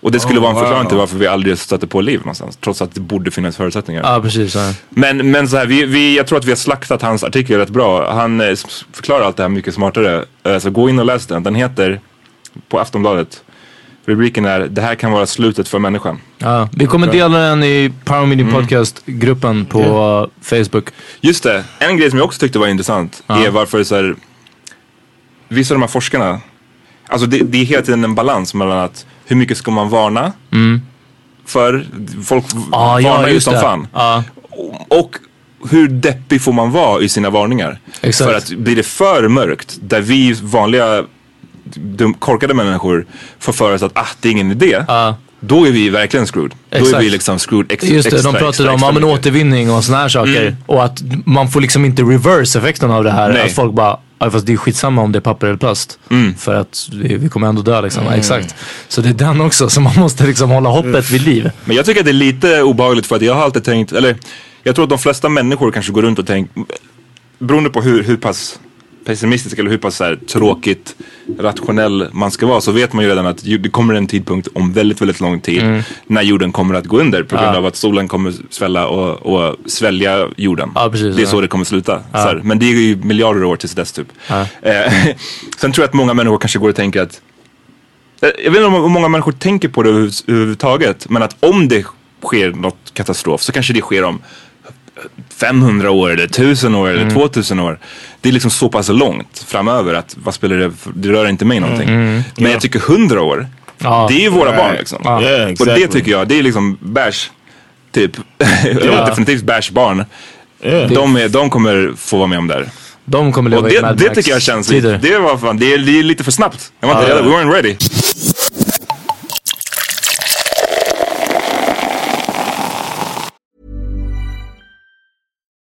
D: Och det skulle
B: Oh,
D: vara en förklaring
B: wow.
D: till varför vi aldrig stöter på liv någonstans, trots att det borde finnas förutsättningar.
C: ja precis. Ja.
D: Men, men så här, vi, vi, jag tror att vi har slaktat hans artikel rätt bra. Han eh, s- förklarar allt det här mycket smartare. Eh, Så gå in och läs den. Den heter, på Aftonbladet, rubriken är Det här kan vara slutet för människan.
C: Ja. Mm. Vi kommer dela den i Power Meeting Podcast-gruppen på eh, Facebook.
D: Just det, en grej som jag också tyckte var intressant är varför så här, vissa av de här forskarna, alltså det, det är hela tiden en balans mellan att hur mycket ska man varna för, folk
C: Mm. Ah,
D: varnar
C: ja,
D: ju
C: just
D: som
C: det.
D: fan.
C: Ja.
D: Och hur deppig får man vara i sina varningar?
C: Exakt.
D: För att blir det för mörkt, där vi vanliga dum, korkade människor får för oss att ah, det är ingen idé,
C: Ja.
D: då är vi verkligen screwed. Då är
C: Exakt.
D: vi liksom screwed ex-
C: Just det,
D: extra,
C: de
D: extra,
C: pratade om
D: extra
C: ja, men
D: mycket. Mm.
C: återvinning och såna här saker. Och att man får liksom inte reverse effekten av det här.
D: Nej. Mm.
C: Att folk bara, "Ja, fast det är skitsamma om det är papper eller plast. För att vi vi kommer ändå dö liksom. Ja, Exakt. Så det är den också, så man måste liksom hålla hoppet vid liv.
D: Men jag tycker att det är lite obehagligt för att jag har alltid tänkt, eller jag tror att de flesta människor kanske går runt och tänker, beroende på hur, hur pass pessimistisk eller hur pass så här, tråkigt rationell man ska vara så vet man ju redan att ju- det kommer en tidpunkt om väldigt, väldigt lång tid
C: Mm.
D: när jorden kommer att gå under på grund av att solen kommer svälla och, och svälja jorden.
C: Ja, precis,
D: det är
C: ja.
D: så det kommer sluta. Så här. Men det är ju miljarder år tills dess typ. Eh, sen tror jag att många människor kanske går och tänker att jag Eh, jag vet inte om om många människor tänker på det överhuvud- överhuvudtaget, men att om det sker något katastrof så kanske det sker om 500 år eller 1000 år
C: Mm.
D: eller 2000 år. Det är liksom så pass långt framöver att vad spelar det för, det rör inte mig någonting. Men jag tycker 100 år,
C: Mm. Ja.
D: det är ju våra
A: Right.
D: barn liksom.
C: Ja.
A: Yeah,
D: Och
A: exactly.
D: det tycker jag, det är liksom bärs, typ,
A: Ja.
D: definitivt bärs barn.
A: Yeah.
D: De, är, de kommer få vara med om det här.
C: De kommer leva
D: Och
C: i
D: det,
C: Mad
D: det
C: Max
D: tycker jag känns lite,
C: tider.
D: det var fan, det är, det är lite för snabbt. Jag var inte
A: Ja.
D: redo, we weren't ready.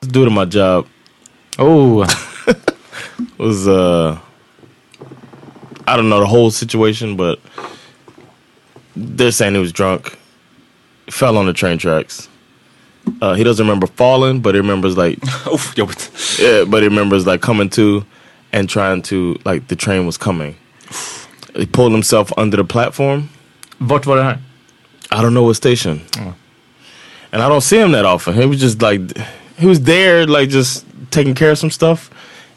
A: Due to my job
C: Oh,
A: was uh I don't know the whole situation, but they're saying he was drunk, fell on the train tracks. Uh, he doesn't remember falling, but he remembers like
D: Uff, jobbigt.
A: yeah, but he remembers like coming to and trying to like the train was coming. He pulled himself under the platform.
C: vart var det här?
A: I don't know what station. And I don't see him that often. He was just like, he was there, like just taking care of some stuff.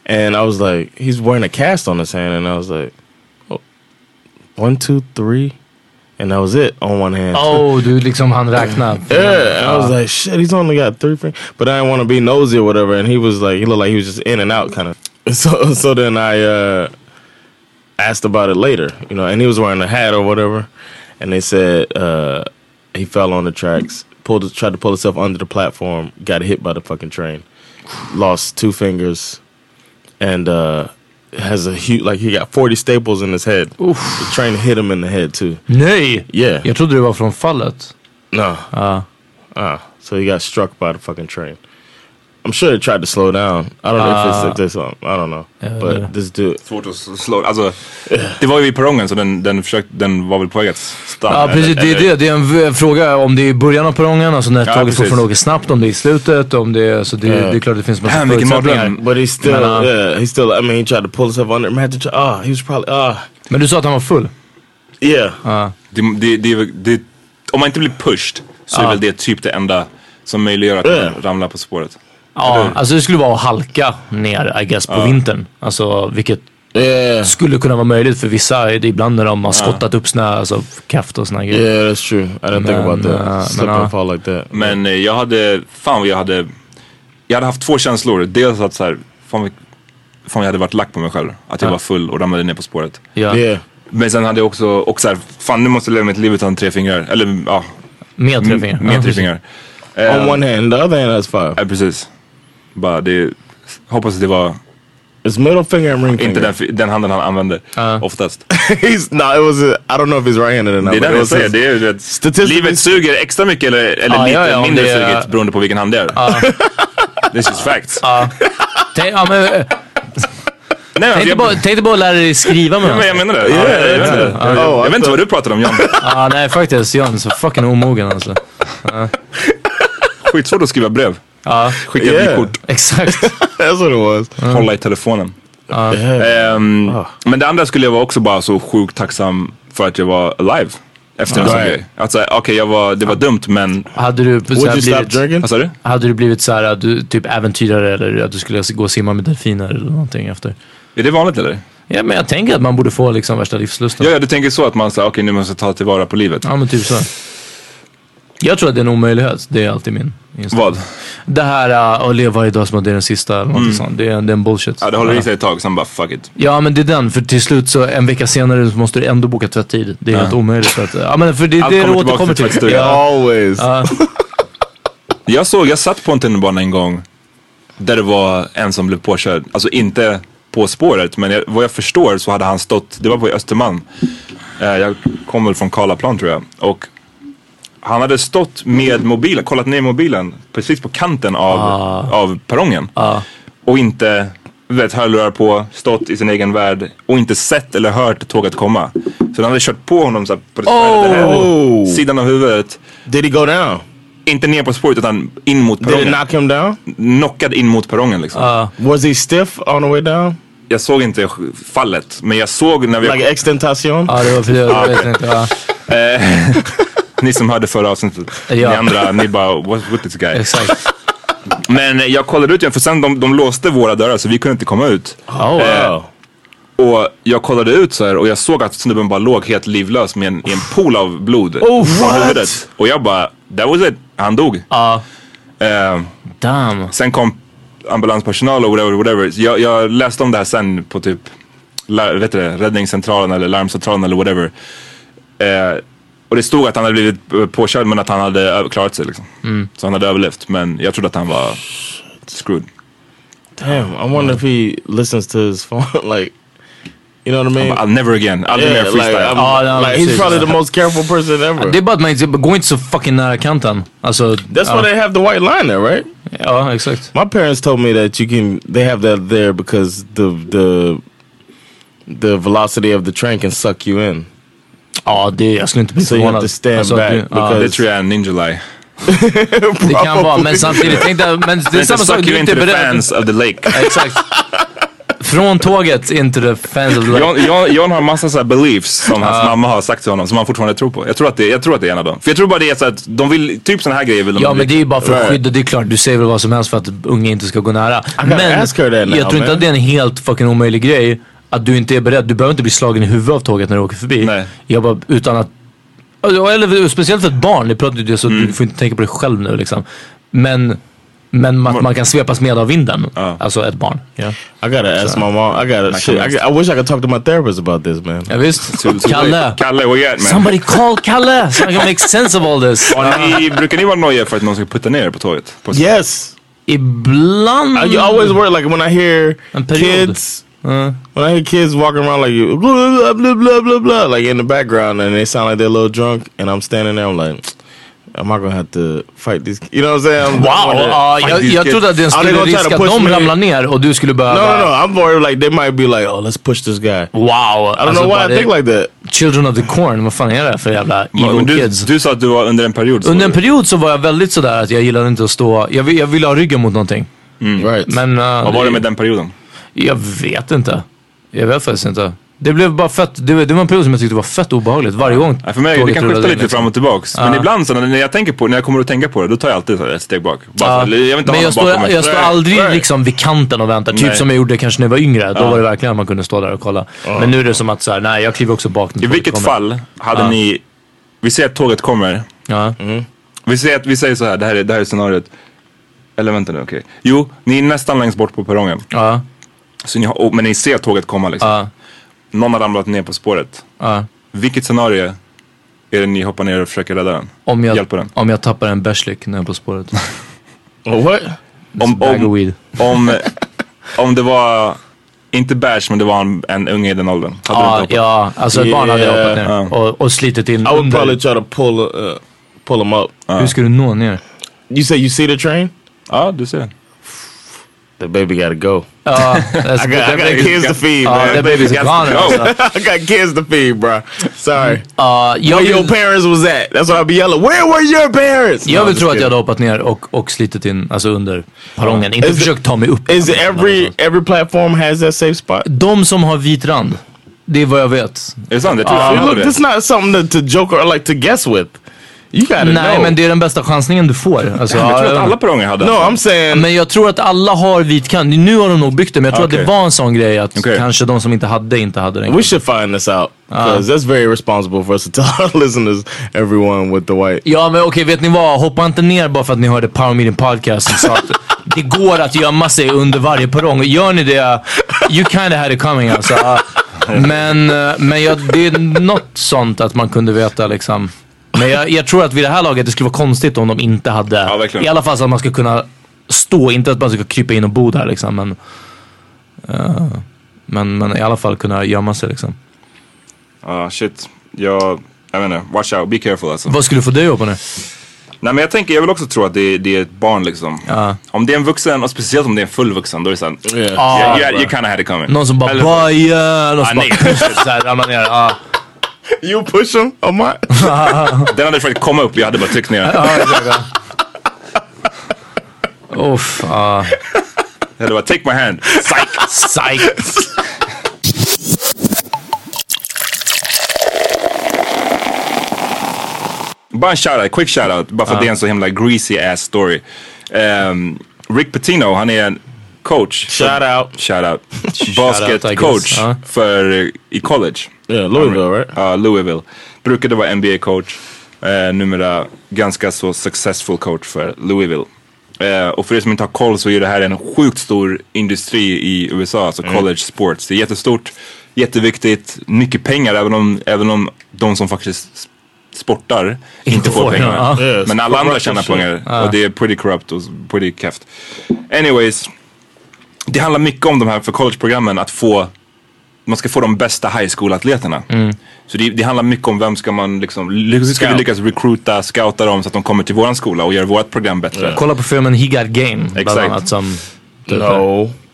A: And I was like, he's wearing a cast on his hand. And I was like, oh, one, two, three. And that was it on one hand.
C: Oh, du liksom han räkna.
D: Eh,
A: Yeah, and I was like, shit, he's only got three fingers. But I didn't want to be nosy or whatever. And he was like, he looked like he was just in and out kind of. So, so then I uh, asked about it later, you know, and he was wearing a hat or whatever. And they said uh, he fell on the tracks, pulled, tried to pull himself under the platform, got hit by the fucking train, lost two fingers, and uh, has a huge like he got 40 staples in his head. They're trying to hit him in the head too.
C: Nej!
A: Yeah.
C: Jag trodde det var från fallet.
A: No. Uh. Uh, so he got struck by the fucking train. I'm sure he tried to slow down. I don't know if it's
D: Ah.
A: if this um, I don't know. But this dude
D: Svårt att slå. Alltså, det var ju vid perrongen så den, den, försökte, den var väl på väg att stanna.
C: Ja precis,
D: eller-
C: det är
D: eller-
C: det. Det är en v- fråga om det är i början av perrongen, alltså när
D: Ja,
C: tåget
D: precis.
C: fortfarande åker snabbt, om det är i slutet, om det är... Så det, det är klart det finns massa
A: But he still,
C: Men, uh,
A: yeah, he still. I mean, he tried to pull himself under. Imagine, try- ah, he was probably ah.
C: Men du sa att han var full?
A: Yeah.
D: Det, det, det, är väl- det, om man inte blir pushed så är
C: Ja.
D: väl det typ det enda som möjliggör att
C: Ja.
A: Eh.
D: man ramlar på spåret.
C: Ja,
D: Eller-
C: alltså det skulle vara att halka ner, I guess, på
D: Ja.
C: vintern. Alltså vilket skulle kunna vara möjligt för vissa. Det är ibland när de har
A: Ja.
C: skottat upp snö, alltså kraft och såna grejer.
A: Yeah, that's true. I didn't think about that.
C: Men, uh,
A: Slip
C: men, uh,
A: and fall like that.
D: Men eh, jag hade, fan vad jag hade, jag hade haft två känslor. Dels att så här, fan, vad- fan vad jag hade varit lack på mig själv. Att jag
A: Ja.
D: var full och ramlade ner på spåret.
C: Ja. Yeah.
D: Men sen hade jag också, och så här, fan nu måste jag leva mitt liv utan tre fingrar. Eller ja.
C: Med
A: tre fingrar.
D: Mm, Med
A: Ja,
D: tre
A: precis.
D: fingrar. Eh,
A: On one hand, the other hand has five.
D: Ja, precis. Bara det, hoppas att det var...
A: It's middle finger and ring
D: Inte
A: finger.
D: den, fi- den handen han använder oftast.
A: he's no. It was. I I don't know if he's right-handed or not.
D: Det
A: but
D: är det
A: it
D: jag
A: was
D: säger.
A: his-
D: Det är, ju att livet suger extra mycket eller, eller
C: Ja,
D: lite
C: ja, ja, om
D: mindre
C: det är-
D: suget beroende på vilken hand det är. This is facts.
C: Tänk, ja, men, eh,
D: Nej,
C: tänk, dig bara, tänk dig bara att lära dig skriva med
D: Ja, men jag menar det. Ja, jag vet inte. Jag- jag vet
C: alltså-
D: inte vad du pratar om John.
C: Ja, nej faktiskt. John är så fucking omogen alltså. Ja.
D: Skitsvårt att skriva brev. Skicka
C: Yeah. Mm.
D: vykort.
C: Exakt.
A: That's what it was.
D: Hålla i telefonen. Ehm,
C: Ah.
D: Men det andra skulle jag vara också bara så sjukt tacksam för att jag var alive. Efter en sån
C: Ah.
D: grej. Alltså okej, jag var, det var dumt men...
C: Hade du, så här blivit,
D: Vad sa du?
C: hade du blivit så här, att du, typ äventyrare eller att du skulle gå och simma med delfiner eller någonting efter?
D: Är det vanligt eller?
C: Ja, men jag tänker att man borde få liksom värsta livslusten.
D: Ja, ja, du tänker så att man säger okej nu måste jag ta tillvara på livet.
C: Ja, men typ så. Jag tror att det är en omöjlighet. Det är alltid min inställning.
D: Vad?
C: Det här uh, att leva varje dag som att det är den sista eller något
D: Mm.
C: sånt. Det är, det är en bullshit.
D: Ja, det håller i sig ett tag, sen bara fuck it.
C: Ja, men det är den. För till slut så en vecka senare så måste du ändå boka tvättid. Det är
D: Ja.
C: helt omöjligt. Att, ja, men för det är
D: Allt
C: det du
D: kommer
C: återkommer
D: tillbaka
C: till.
D: till tvättstugan. Always. Jag såg, jag satt på en tunnelbana en gång där det var en som blev påkörd. Alltså inte på spåret, men jag, vad jag förstår så hade han stått, det var på Östermalm. Eh, jag kommer väl från Karlaplan tror jag. Och han hade stått med mobilen, kollat ner mobilen precis på kanten av, av perrongen. Och inte, du vet, hörlurar på, stått i sin egen värld och inte sett eller hört tåget komma. Så han hade kört på honom så här, på det
A: Oh!
D: det här, sidan av huvudet.
A: Did he go down?
D: Inte ner på spåret utan in mot
A: Did it
D: perrongen.
A: knock him down?
D: Knockad in mot perrongen liksom.
A: Was he stiff on the way down?
D: Jag såg inte fallet, men jag såg när vi...
A: Like extentation?
C: Ja, det var för det.
D: Ja,
C: Jag vet
D: okej.
C: inte. Ja.
D: Eh, ni som hörde förra avsnittet,
C: Ja.
D: ni andra, ni bara what's with this guy?
C: Exakt.
D: Men eh, jag kollade ut igen, för sen de, de låste våra dörrar så vi kunde inte komma ut. Eh,
C: wow.
D: och jag kollade ut så här och jag såg att snubben bara låg helt livlös med en, i en pool av blod
C: Oh, what?
D: Och jag bara, that was it, han dog. Eh,
C: Damn.
D: Sen kom ambulanspersonal och whatever, whatever. Så Jag, jag läste om det här sen på typ la- vet du det, räddningscentralen eller larmcentralen eller whatever. Eh, och det stod att han hade blivit eh, påkörd men att han hade ö- klarat sig liksom.
A: Mm.
D: Så han hade överlevt men jag trodde att han var screwed.
A: Damn, I wonder if he listens to his phone. like, you know what I mean?
D: I'll never again. I'll do
A: yeah,
D: more freestyle.
A: Like, I'm-
C: Oh, no,
A: like, he's
C: precis.
A: probably the most careful person ever.
C: Det är bara att man inte, gå inte så fucking nära kanten. Alltså,
A: That's
C: ja.
A: why they have the white line there, right?
C: Ja, exakt.
A: My parents told me that you can. They have that there because the the the velocity of the train can suck you in.
C: Ja, det, jag skulle inte bli
A: So you have
C: förvånad.
A: to stand
C: Alltså,
A: back.
C: det- ja.
A: because
D: Det tror jag är en ninja lie.
C: Det kan vara, men samtidigt. Tänk dig, men det är
D: Men
C: samma sak.
D: suck
C: Du
D: you
C: är inte
D: into the
C: beredd.
D: fans of the lake.
C: Exakt. Från tåget into the fans of the lake.
D: John, John, John har massa så här beliefs som hans
C: Ja.
D: mamma har sagt till honom som han fortfarande tror på. Jag tror att det, jag tror att det är en av dem. För jag tror bara det är så att de vill, typ sådana här grejer vill de
C: Ja men det är ju bara för att
D: Right.
C: skydda, det är klart du säger väl vad som helst för att unga inte ska gå nära.
A: gotta
C: Men
A: ask her that now,
C: jag tror inte
A: man.
C: att det är en helt fucking omöjlig grej att du inte är beredd. Du behöver inte bli slagen i huvudet av tåget när du åker förbi. Jag bara, utan att... Eller speciellt för ett barn, det pratar ju det så du får inte tänka på det själv nu liksom. Men, men man, man kan svepas med av vinden. Alltså ett barn. Ja.
A: I gotta ask my mom. I gotta.
C: Like
A: Shit, I,
C: almost.
A: I wish I could talk to my therapist about this, man.
C: Ja, visst. Kalle.
D: Kalle, where you at man?
C: Somebody call Kalle! So I can make sense of all this.
D: Har ni, brukar ni vara nojiga för att någon ska putta ner er på tåget? På
A: Yes.
C: Ibland. Mm-hmm.
A: I always worry like when I hear kids When I hear kids walking around like you, blah, blah, blah, blah, blah, blah, like in the background, and they sound like they're a little drunk, and I'm standing there, I'm like, am I gonna have to fight these? You know what I'm saying? I'm
C: Wow! uh, ja,
A: wondering, fight
C: jag,
A: these
C: jag
A: kids.
C: trodde att den
A: Are they
C: skulle
A: gonna try
C: riska
A: to
C: att
A: push
C: de
A: me?
C: ramlar ner och du skulle
A: No,
C: behöva...
A: no, no. I'm worried like they might be like, oh, let's push this guy.
C: Wow! Alltså,
A: I don't know why I think like that.
C: Children of the Corn, vad fan är det för jävla evil
D: Men du,
C: kids?
D: du sa att du var under en period.
C: Under en period så var jag väldigt sådär att jag gillade inte att stå... Jag, vill- jag ville ha ryggen mot någonting.
A: Mm.
C: Men, eh,
D: Vad var det med den perioden?
C: Jag vet inte. Jag vet faktiskt inte. Det blev bara fett... Det, var- det var en period som jag tyckte var fett obehagligt varje gång
D: Ja, för mig, det
C: tåget
D: kan skifta
C: rullade in,
D: lite
C: liksom.
D: fram och tillbaks. Men
C: Ja.
D: ibland så när jag tänker på när jag kommer att tänka på det, då tar jag alltid så här ett steg bak. Bara,
C: Ja,
D: för- jag vill inte
C: men
D: ha
C: jag
D: någon
C: står,
D: bakom mig.
C: jag står
D: Nej.
C: aldrig liksom vid kanten och väntar. Typ
D: Nej.
C: som jag gjorde kanske när jag var yngre. Då
D: Ja.
C: var det verkligen att man kunde stå där och kolla. Men nu är det som att så här, nej jag kliver också bak. när
D: I
C: tåget
D: vilket
C: kommer.
D: fall hade
C: Ja.
D: ni, vi säger att tåget kommer. Mm. Vi, säger att, vi säger så här, det här är, det här är scenariot. Eller vänta nu, okej. Jo, ni är nästan längst bort på perrongen. Så ni har, och, men ni ser tåget komma liksom. Någon har ramlat ner på spåret.
C: Ja.
D: Vilket scenario är det ni hoppar ner och försöker rädda den?
C: Om jag,
D: Hjälpa den.
C: om jag tappar en bärslik när jag är på spåret.
A: Oh, what?
D: Om,
C: bag of
D: om, om, om det var, inte bärs men det var en, en unge i den åldern. Hade du
C: ja,
D: inte hoppat?
C: ja, alltså ett barn hade jag hoppat ner. Och, och slitit in
A: I would
C: under.
A: probably try to pull uh, pull him up.
C: Hur ska du nå ner?
A: You say you see the train?
D: Ja, du ser den.
A: The baby gotta go.
C: Ja,
A: I got, I got Oh, kids to feed,
C: Ja,
A: man.
C: that baby's
A: gotta
C: gone,
A: go.
C: alltså.
A: I got kids to feed, bro. Sorry.
C: Uh,
A: Where your parents Oh, was at? That's why I be yelling. Where were your parents?
C: Jag
A: No,
C: vill
A: just
C: tro att jag
A: kidding.
C: hade hoppat ner och, och slitit in, alltså under perrongen. Inte
A: Is it-
C: försökt ta mig upp.
A: Is it every every platform has that safe spot?
C: De som har vit rand, det är vad jag vet.
D: Är det sant?
C: Jag tror jag hörde
A: look,
C: Ah. det.
A: this not something to, to joke or like to guess with. You gotta
C: Nej,
A: know.
C: men det är den bästa chansningen du får. Alltså,
A: Jag tror att
C: ja,
A: alla perronger hade No, alltså. I'm saying-
C: Men jag tror att alla har vit kant. Nu har de nog byggt det, men jag tror
A: Okej.
C: att det var en sån grej att kanske de som inte hade, inte hade den.
A: We should find this out because that's very responsible for us to tell our listeners, everyone with the white.
C: Ja men okej, vet ni vad? Hoppa inte ner bara för att ni hörde Power Meeting Podcast som sa att det går att gömma sig under varje perrong. Och Gör ni det, you kinda had it coming alltså. Men, eh, men jag, det är något sånt att man kunde veta liksom. Men jag, jag tror att vid det här laget det skulle vara konstigt om de inte hade. I alla fall så att man ska kunna stå, inte att man ska krypa in och bo där liksom. Men, eh, men, men i alla fall kunna gömma sig liksom.
D: Ja, Ah, shit. Jag, jag vet inte. Watch out, be careful alltså.
C: Vad skulle få dig att hoppa ner?
D: Nej men jag tänker, jag vill också tro att det är, det är ett barn liksom. Om det är en vuxen, och speciellt om det är en full vuxen, då är det såhär, yeah.
A: Uh.
C: Ah.
D: yeah, yeah, you kinda had it coming.
C: Någon som bara
D: Eller-
C: bajar, någon
D: Ah,
C: som bara
D: nej.
C: såhär ramlar ner. Ah.
A: You push him, oh my.
D: Den hade försökt komma upp, jag hade bara tryckt ner den.
C: Uff, ah.
D: Jag hade bara, take my hand. Psych!
C: Psych!
D: Bara en shoutout, quick shoutout, bara för att
A: Ja.
D: det är en så himla greasy ass story. Ehm, Rick Pitino, han är en coach. Shoutout. Shoutout.
A: Shout out, I
D: Basket coach
A: guess. Ja.
D: för, eh, i college.
A: Yeah, Louisville, right?
D: Ja, Louisville. Brukade vara NBA coach. Uh, numera ganska så successful coach för Louisville. Eh, och för er som inte har koll så är det här en sjukt stor industri i USA, alltså
A: Mm.
D: college sports. Det är jättestort, jätteviktigt, mycket pengar även om, även om de som faktiskt sportar inte, får
A: får,
D: pengarna.
A: ja. Yes.
D: Men alla andra
A: Corrupt
D: tjänar
A: as shit.
D: pengar
A: Ja.
D: och det är pretty corrupt och pretty keft. Anyways, det handlar mycket om de här för collegeprogrammen att få, man ska få de bästa high school-atleterna.
A: Mm.
D: Så det, det handlar mycket om vem ska man liksom, hur ska vi
C: Scout.
D: lyckas recruita, scouta dem så att de kommer till våran skola och gör vårt program bättre.
C: Kolla på filmen He Got Game. Bland
D: Exakt.
C: annat som... typ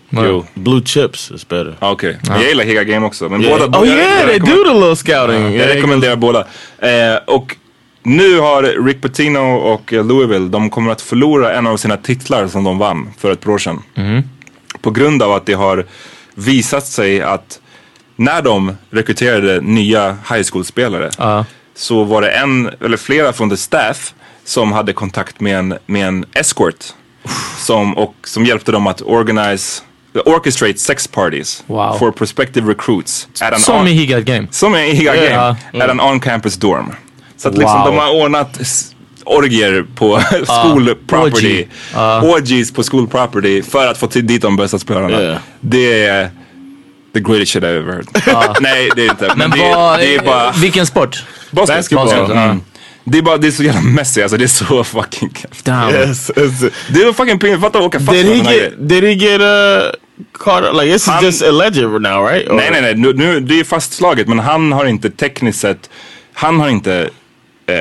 A: No.
D: Jo.
A: Blue chips is better.
D: Okej, okay.
A: Ja.
D: jag gillar Higa Game också. Men
A: Yeah.
D: båda,
A: Oh
D: båda,
A: yeah,
D: jag
A: they
D: rekommen-
A: do the little scouting.
D: Ja,
A: Yeah,
D: jag
A: they
D: rekommenderar båda. Eh, och nu har Rick Pitino och eh, Louisville, de kommer att förlora en av sina titlar som de vann för ett par år sedan.
A: Mm-hmm.
D: På grund av att det har visat sig att när de rekryterade nya high school-spelare
A: Ah.
D: så var det en eller flera från the staff som hade kontakt med en, med en escort som, och, som hjälpte dem att organize, orchestrate sex parties for prospective recruits. at an
C: Som
D: on-
C: i He Got Game.
D: som är Higa
C: Ja,
D: Game,
C: ja.
D: är en on campus dorm. Så att liksom
C: Wow.
D: de har ordnat s- orgier på
C: Ah,
D: school property.
C: orgy. Ah.
D: Orgies på school property för att få till dit de bästa spelarna. Det är the greatest shit I've ever heard. Nej, det är inte. Men,
C: Ah. Men
D: det,
C: vad-
D: det är bara...
C: Vilken sport?
D: Basket.
C: Basket, ja.
D: Mm. Det är bara, det är så jävla messy alltså. Det är så fucking...
C: Damn.
D: Yes, Det är fucking pinsamt. Fatta att åka fast
A: Did
D: med
A: he
D: den här
A: get? Did he get? Uh, Carter, like this is just alleged now right?
D: Nej, nej, nej. Nu, nu, det är fastslaget, men han har inte tekniskt sett, han har inte eh,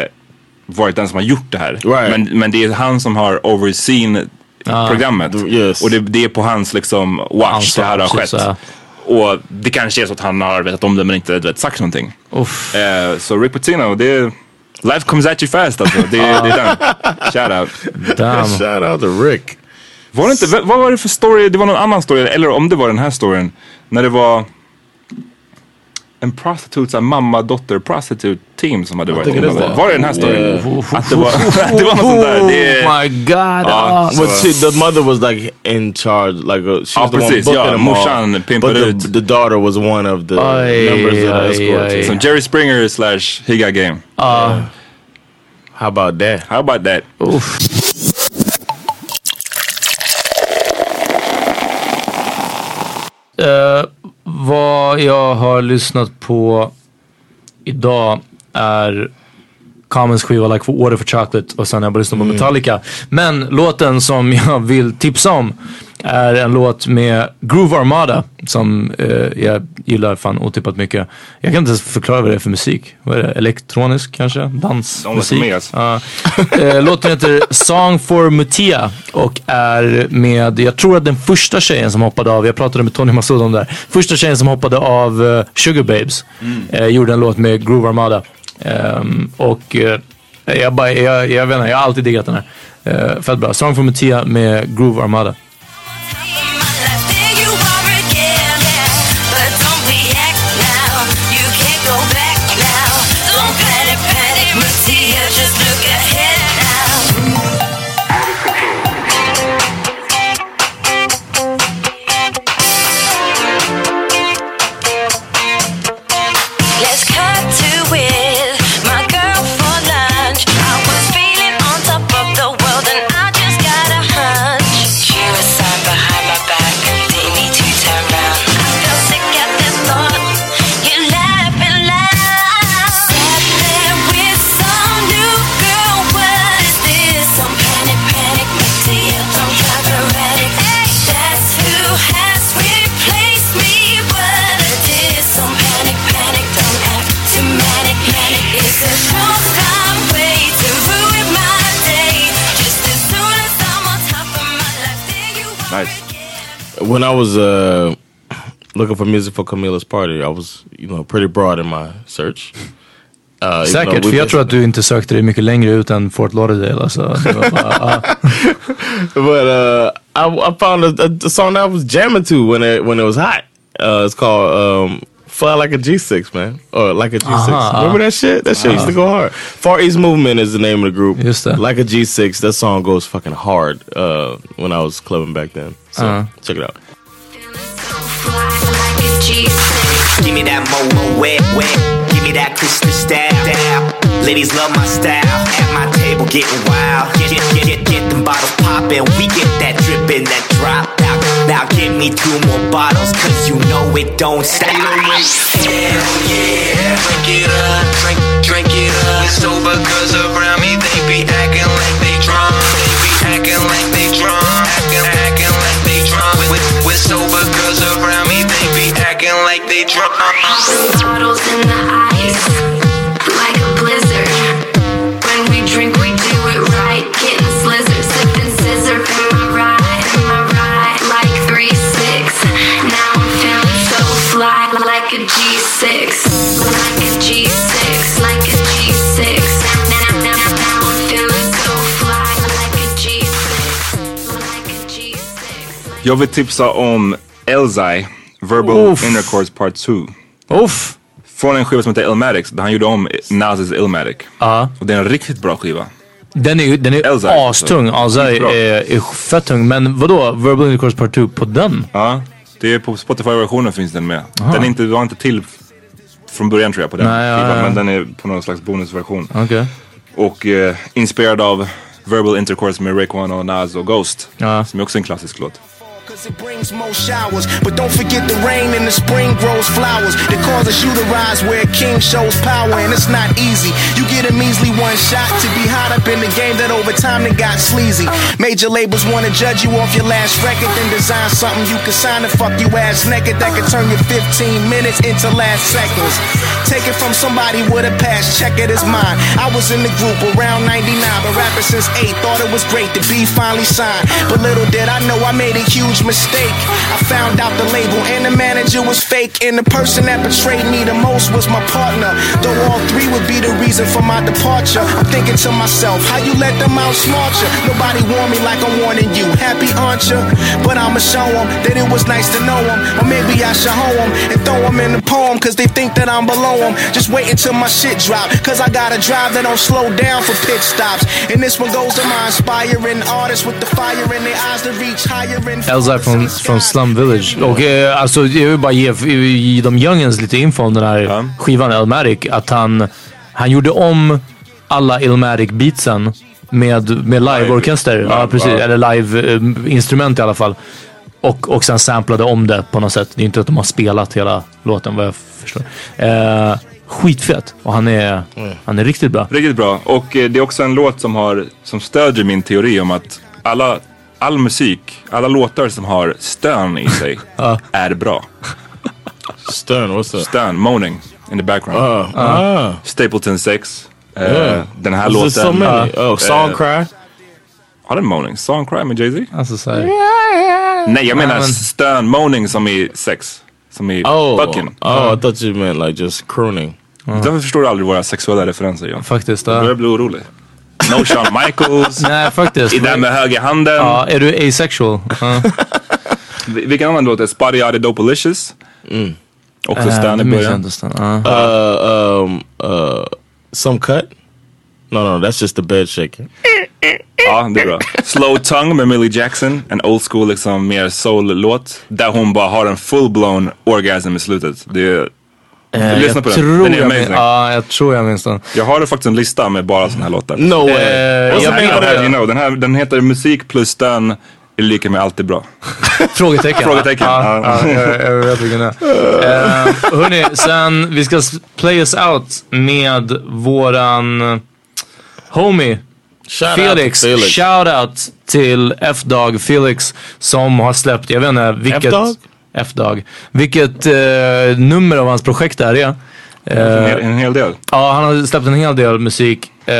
D: varit den som har gjort det här. Men, men det är han som har overseen
A: Ah,
D: programmet. Och det, det är på hans liksom watch
A: Ansvar,
D: det här har skett.
A: precis, ja.
D: Och det kanske är så att han har vetat om det men inte du vet, sagt någonting. Eh, så Rick Pitino, det är... Life comes at you fast alltså. Det, är- det är den. Shout out.
A: Damn. Shout out to Rick.
D: Var det inte, v- vad var det för story? Det var någon annan story, eller om det var den här storyn. När det var en prostitute, så här mamma dotter prostitute team som hade
A: I
D: varit
A: think it is
D: inblandade.
A: that.
D: Var det den här storyn?
A: Yeah.
D: Att det var, att det var något sånt där. Det är,
A: Oh my god.
C: Ah,
D: Ja,
A: but
D: så-
A: she, the mother was like in charge. Like uh, she
D: Ja,
A: was the one
D: precis,
A: booking
D: ja,
A: them all.
D: morsan
A: But
D: pimpade
A: the, the daughter was one of the
D: Aj,
A: members of the
D: aj,
A: escort.
D: aj. Som Jerry Springer slash Higa Game.
A: Uh, how about that?
D: How about that?
C: Eh, vad jag har lyssnat på idag är Commons skiva Like Water for Chocolate och sen har jag bara lyssnat på Metallica. Men låten som jag vill tipsa om är en låt med Groove Armada som eh, jag gillar fan otippat mycket. Jag kan inte ens förklara vad det är för musik. Vad är det? Elektronisk kanske? Dansmusik?
D: med,
C: Ja. Eh, Låten heter Song for Mutia och är med, jag tror att den första tjejen som hoppade av, jag pratade med Tony Massoud om det här. Första tjejen som hoppade av eh, Sugar Babes eh, gjorde en låt med Groove Armada. Ehm, och eh, jag, bara, jag, jag vet inte, jag har alltid diggat den här. Eh, fett bra. Song for Mutia med Groove Armada.
F: But don't react now. You can't go back now. Don't panic, panic, Mattia. Just look ahead now. Let's cut to it. My girl for lunch. I was feeling on top of the world, and I just got a hunch. She was sat behind my back. Didn't need to turn round. I felt sick at the thought. You're laughing loud. Sat there with some new girl. What is this? Some panic, panic, Mattia. Don't drive erratic. Hey, that's who has replaced me. What a diss. Some panic, panic, don't act too manic, manic. It's a short time way to ruin my day. Just as soon as I'm on top of my life, there you
A: when I was uh, looking for music for Camila's party, I was you know pretty broad in my search. Uh, even
C: Säkert,
A: though
C: för
A: we-
C: jag tror att du inte sökte dig mycket längre ut än Fort Lauderdale. Alltså. Det var bara, ah.
A: but uh, I, I found a, a, a song that I was jamming to when it when it was hot. Uh, it's called um, "Fly Like a G6," man, or "Like a G6."
C: Uh-huh.
A: Remember that shit? That shit used to go hard. Far East Movement is the name of the group. Yes, Like a G6. That song goes fucking hard uh, when I was clubbing back then. So
G: Uh-huh.
A: check it out.
G: Give me that mo mo wet wet. Give me that Krista stab dab. Ladies love my style. At my table getting wild. Get get get get, get them bottles poppin'. We get that drippin', that drop out. Now give me two more bottles, cause you know it don't stop. Hell yeah, drink it up, drink drink it up. It's over cause around me they be acting like they drunk. They be acting like they drunk. Acting acting like they drunk. With with sober girls around me they be acting like they drunk. Uh-huh.
F: Bottles in the ice, like a blizzard. When we drink, we do it right. Getting slizzard, sipping scissor. Am I right? Am I right? Like three six. Now I'm feeling so fly, like a G6, like a G6, like a G6. Now, now, now, now I'm feeling so fly, like a G6.
D: Jag vill tipsa om Elzai, Verbal Intercourse Part 2.
C: Uff.
D: Från en skiva som heter Illmatics, där han gjorde om Nazis Illmatic.
A: Ah.
C: Ja.
D: Och det är en riktigt bra skiva.
C: Den är ju den är astung. Azai är, är fett tung. Men vadå, Verbal Intercourse Part 2 på den?
D: Ja, det är på Spotify-versionen finns den med.
C: Aha.
D: Den är inte, var inte till från början tror jag på den
C: Nej, ja,
D: skivan,
C: ja.
D: men den är på någon slags bonusversion.
C: Okej.
D: Och eh, inspirerad av Verbal Intercourse med Raekwon och Nas och Ghost.
C: Ja.
D: Som är också en klassisk låt.
H: cause it brings more showers. But don't forget the rain in the spring grows flowers that causes you to rise where a king shows power, and it's not easy. You get a measly one shot to be hot up in the game that over time it got sleazy. Major labels wanna judge you off your last record, then design something you can sign and fuck you ass naked that could turn your 15 minutes into last seconds. Take it from somebody with a past, check it is mine. I was in the group around 99, but rapping since 8, thought it was great to be finally signed. But little did I know I made a huge mistake. I found out the label and the manager was fake, and the person that betrayed me the most was my partner. Though all three would be the reason for my departure. I'm thinking to myself, how you let them outsmart you? Nobody warned me like I'm warning you. Happy aren't you? But I'ma show them that it was nice to know them. Or maybe I should hoe them and throw them in the poem, cause they think that I'm below them. Just wait until my shit drop, cause I got a drive that don't slow down for pit stops. And this one goes to my inspiring artists with the fire in their eyes to reach higher and
C: Elzar från, från Slum Village. Och eh, alltså, jag vill bara ge, ge de youngens lite info om den här skivan Elmatic. Att han, han gjorde om alla Elmatic-beatsen med, med live-orkester.
D: Live,
C: ja, precis.
D: ja.
C: Eller live-instrument i alla fall. Och, och sen samplade om det på något sätt. Det är inte att de har spelat hela låten vad jag förstår. Eh, skitfett. Och han är,
D: Mm.
C: han är riktigt bra.
D: Riktigt bra. Och eh, det är också en låt som, har, som stödjer min teori om att alla, all musik, alla låtar som har stön i sig är bra.
A: Stön, what's that?
D: Stön, moaning in the background.
A: Ah, ah.
D: Stapleton 6. Eh,
A: Yeah.
D: Den här
A: Is
D: låten.
A: this so many?
D: eh,
A: Oh, Song
D: eh,
A: Cry?
D: Har den moaning? Song Cry med Jay-Z?
C: Alltså, så
D: Nej, jag menar
A: Ja, men-
D: stön, moaning som i sex. Som i
A: Oh,
D: fucking.
A: oh, I thought you meant like just crooning.
D: Därför förstår du aldrig våra sexuella referenser John.
C: Faktiskt.
D: Jag börjar bli orolig. No Shawn Michaels.
C: Nej, faktiskt.
D: I den med höger handen.
C: Ja, är du asexual? Ja.
D: Vi- Vilken annan låt är Spotty Eyed Dopalicious? Mm. Också
A: Eh,
C: Äh,
D: stön
A: det
D: i
A: minns jag
D: början.
A: inte Uh, um, uh, some cut? No, no, that's just the bed shaking.
D: Ja, det är bra. Slow Tongue med Millie Jackson. En old school, liksom mer soul-låt. Där hon bara har en full-blown orgasm i slutet. Det är...
C: Eh,
D: Lyssna
C: jag
D: på den.
C: tror
D: Den är
C: jag min-
D: amazing.
C: Ja, jag tror jag minns den.
D: Jag har faktiskt en lista med bara såna här låtar.
C: No way. Eh,
D: Och
C: jag
D: så här,
C: vet
D: den, här,
C: det.
D: you know, den, här, den heter Musik plus den är lika med alltid bra.
C: Frågetecken.
D: Frågetecken.
C: Ja, ja,
D: Ja.
C: jag, jag vet vilken det är. Eh, hörni, sen vi ska s- play us out med våran homie.
A: Shout out
C: Felix,
A: till Felix.
C: shout out till F-Dog Felix som har släppt, jag vet inte vilket...
A: F-Dog?
C: F-Dog. Vilket eh, nummer av hans projekt det här är. Eh,
D: En hel- en hel del.
C: Ja, han har släppt en hel del musik. Eh,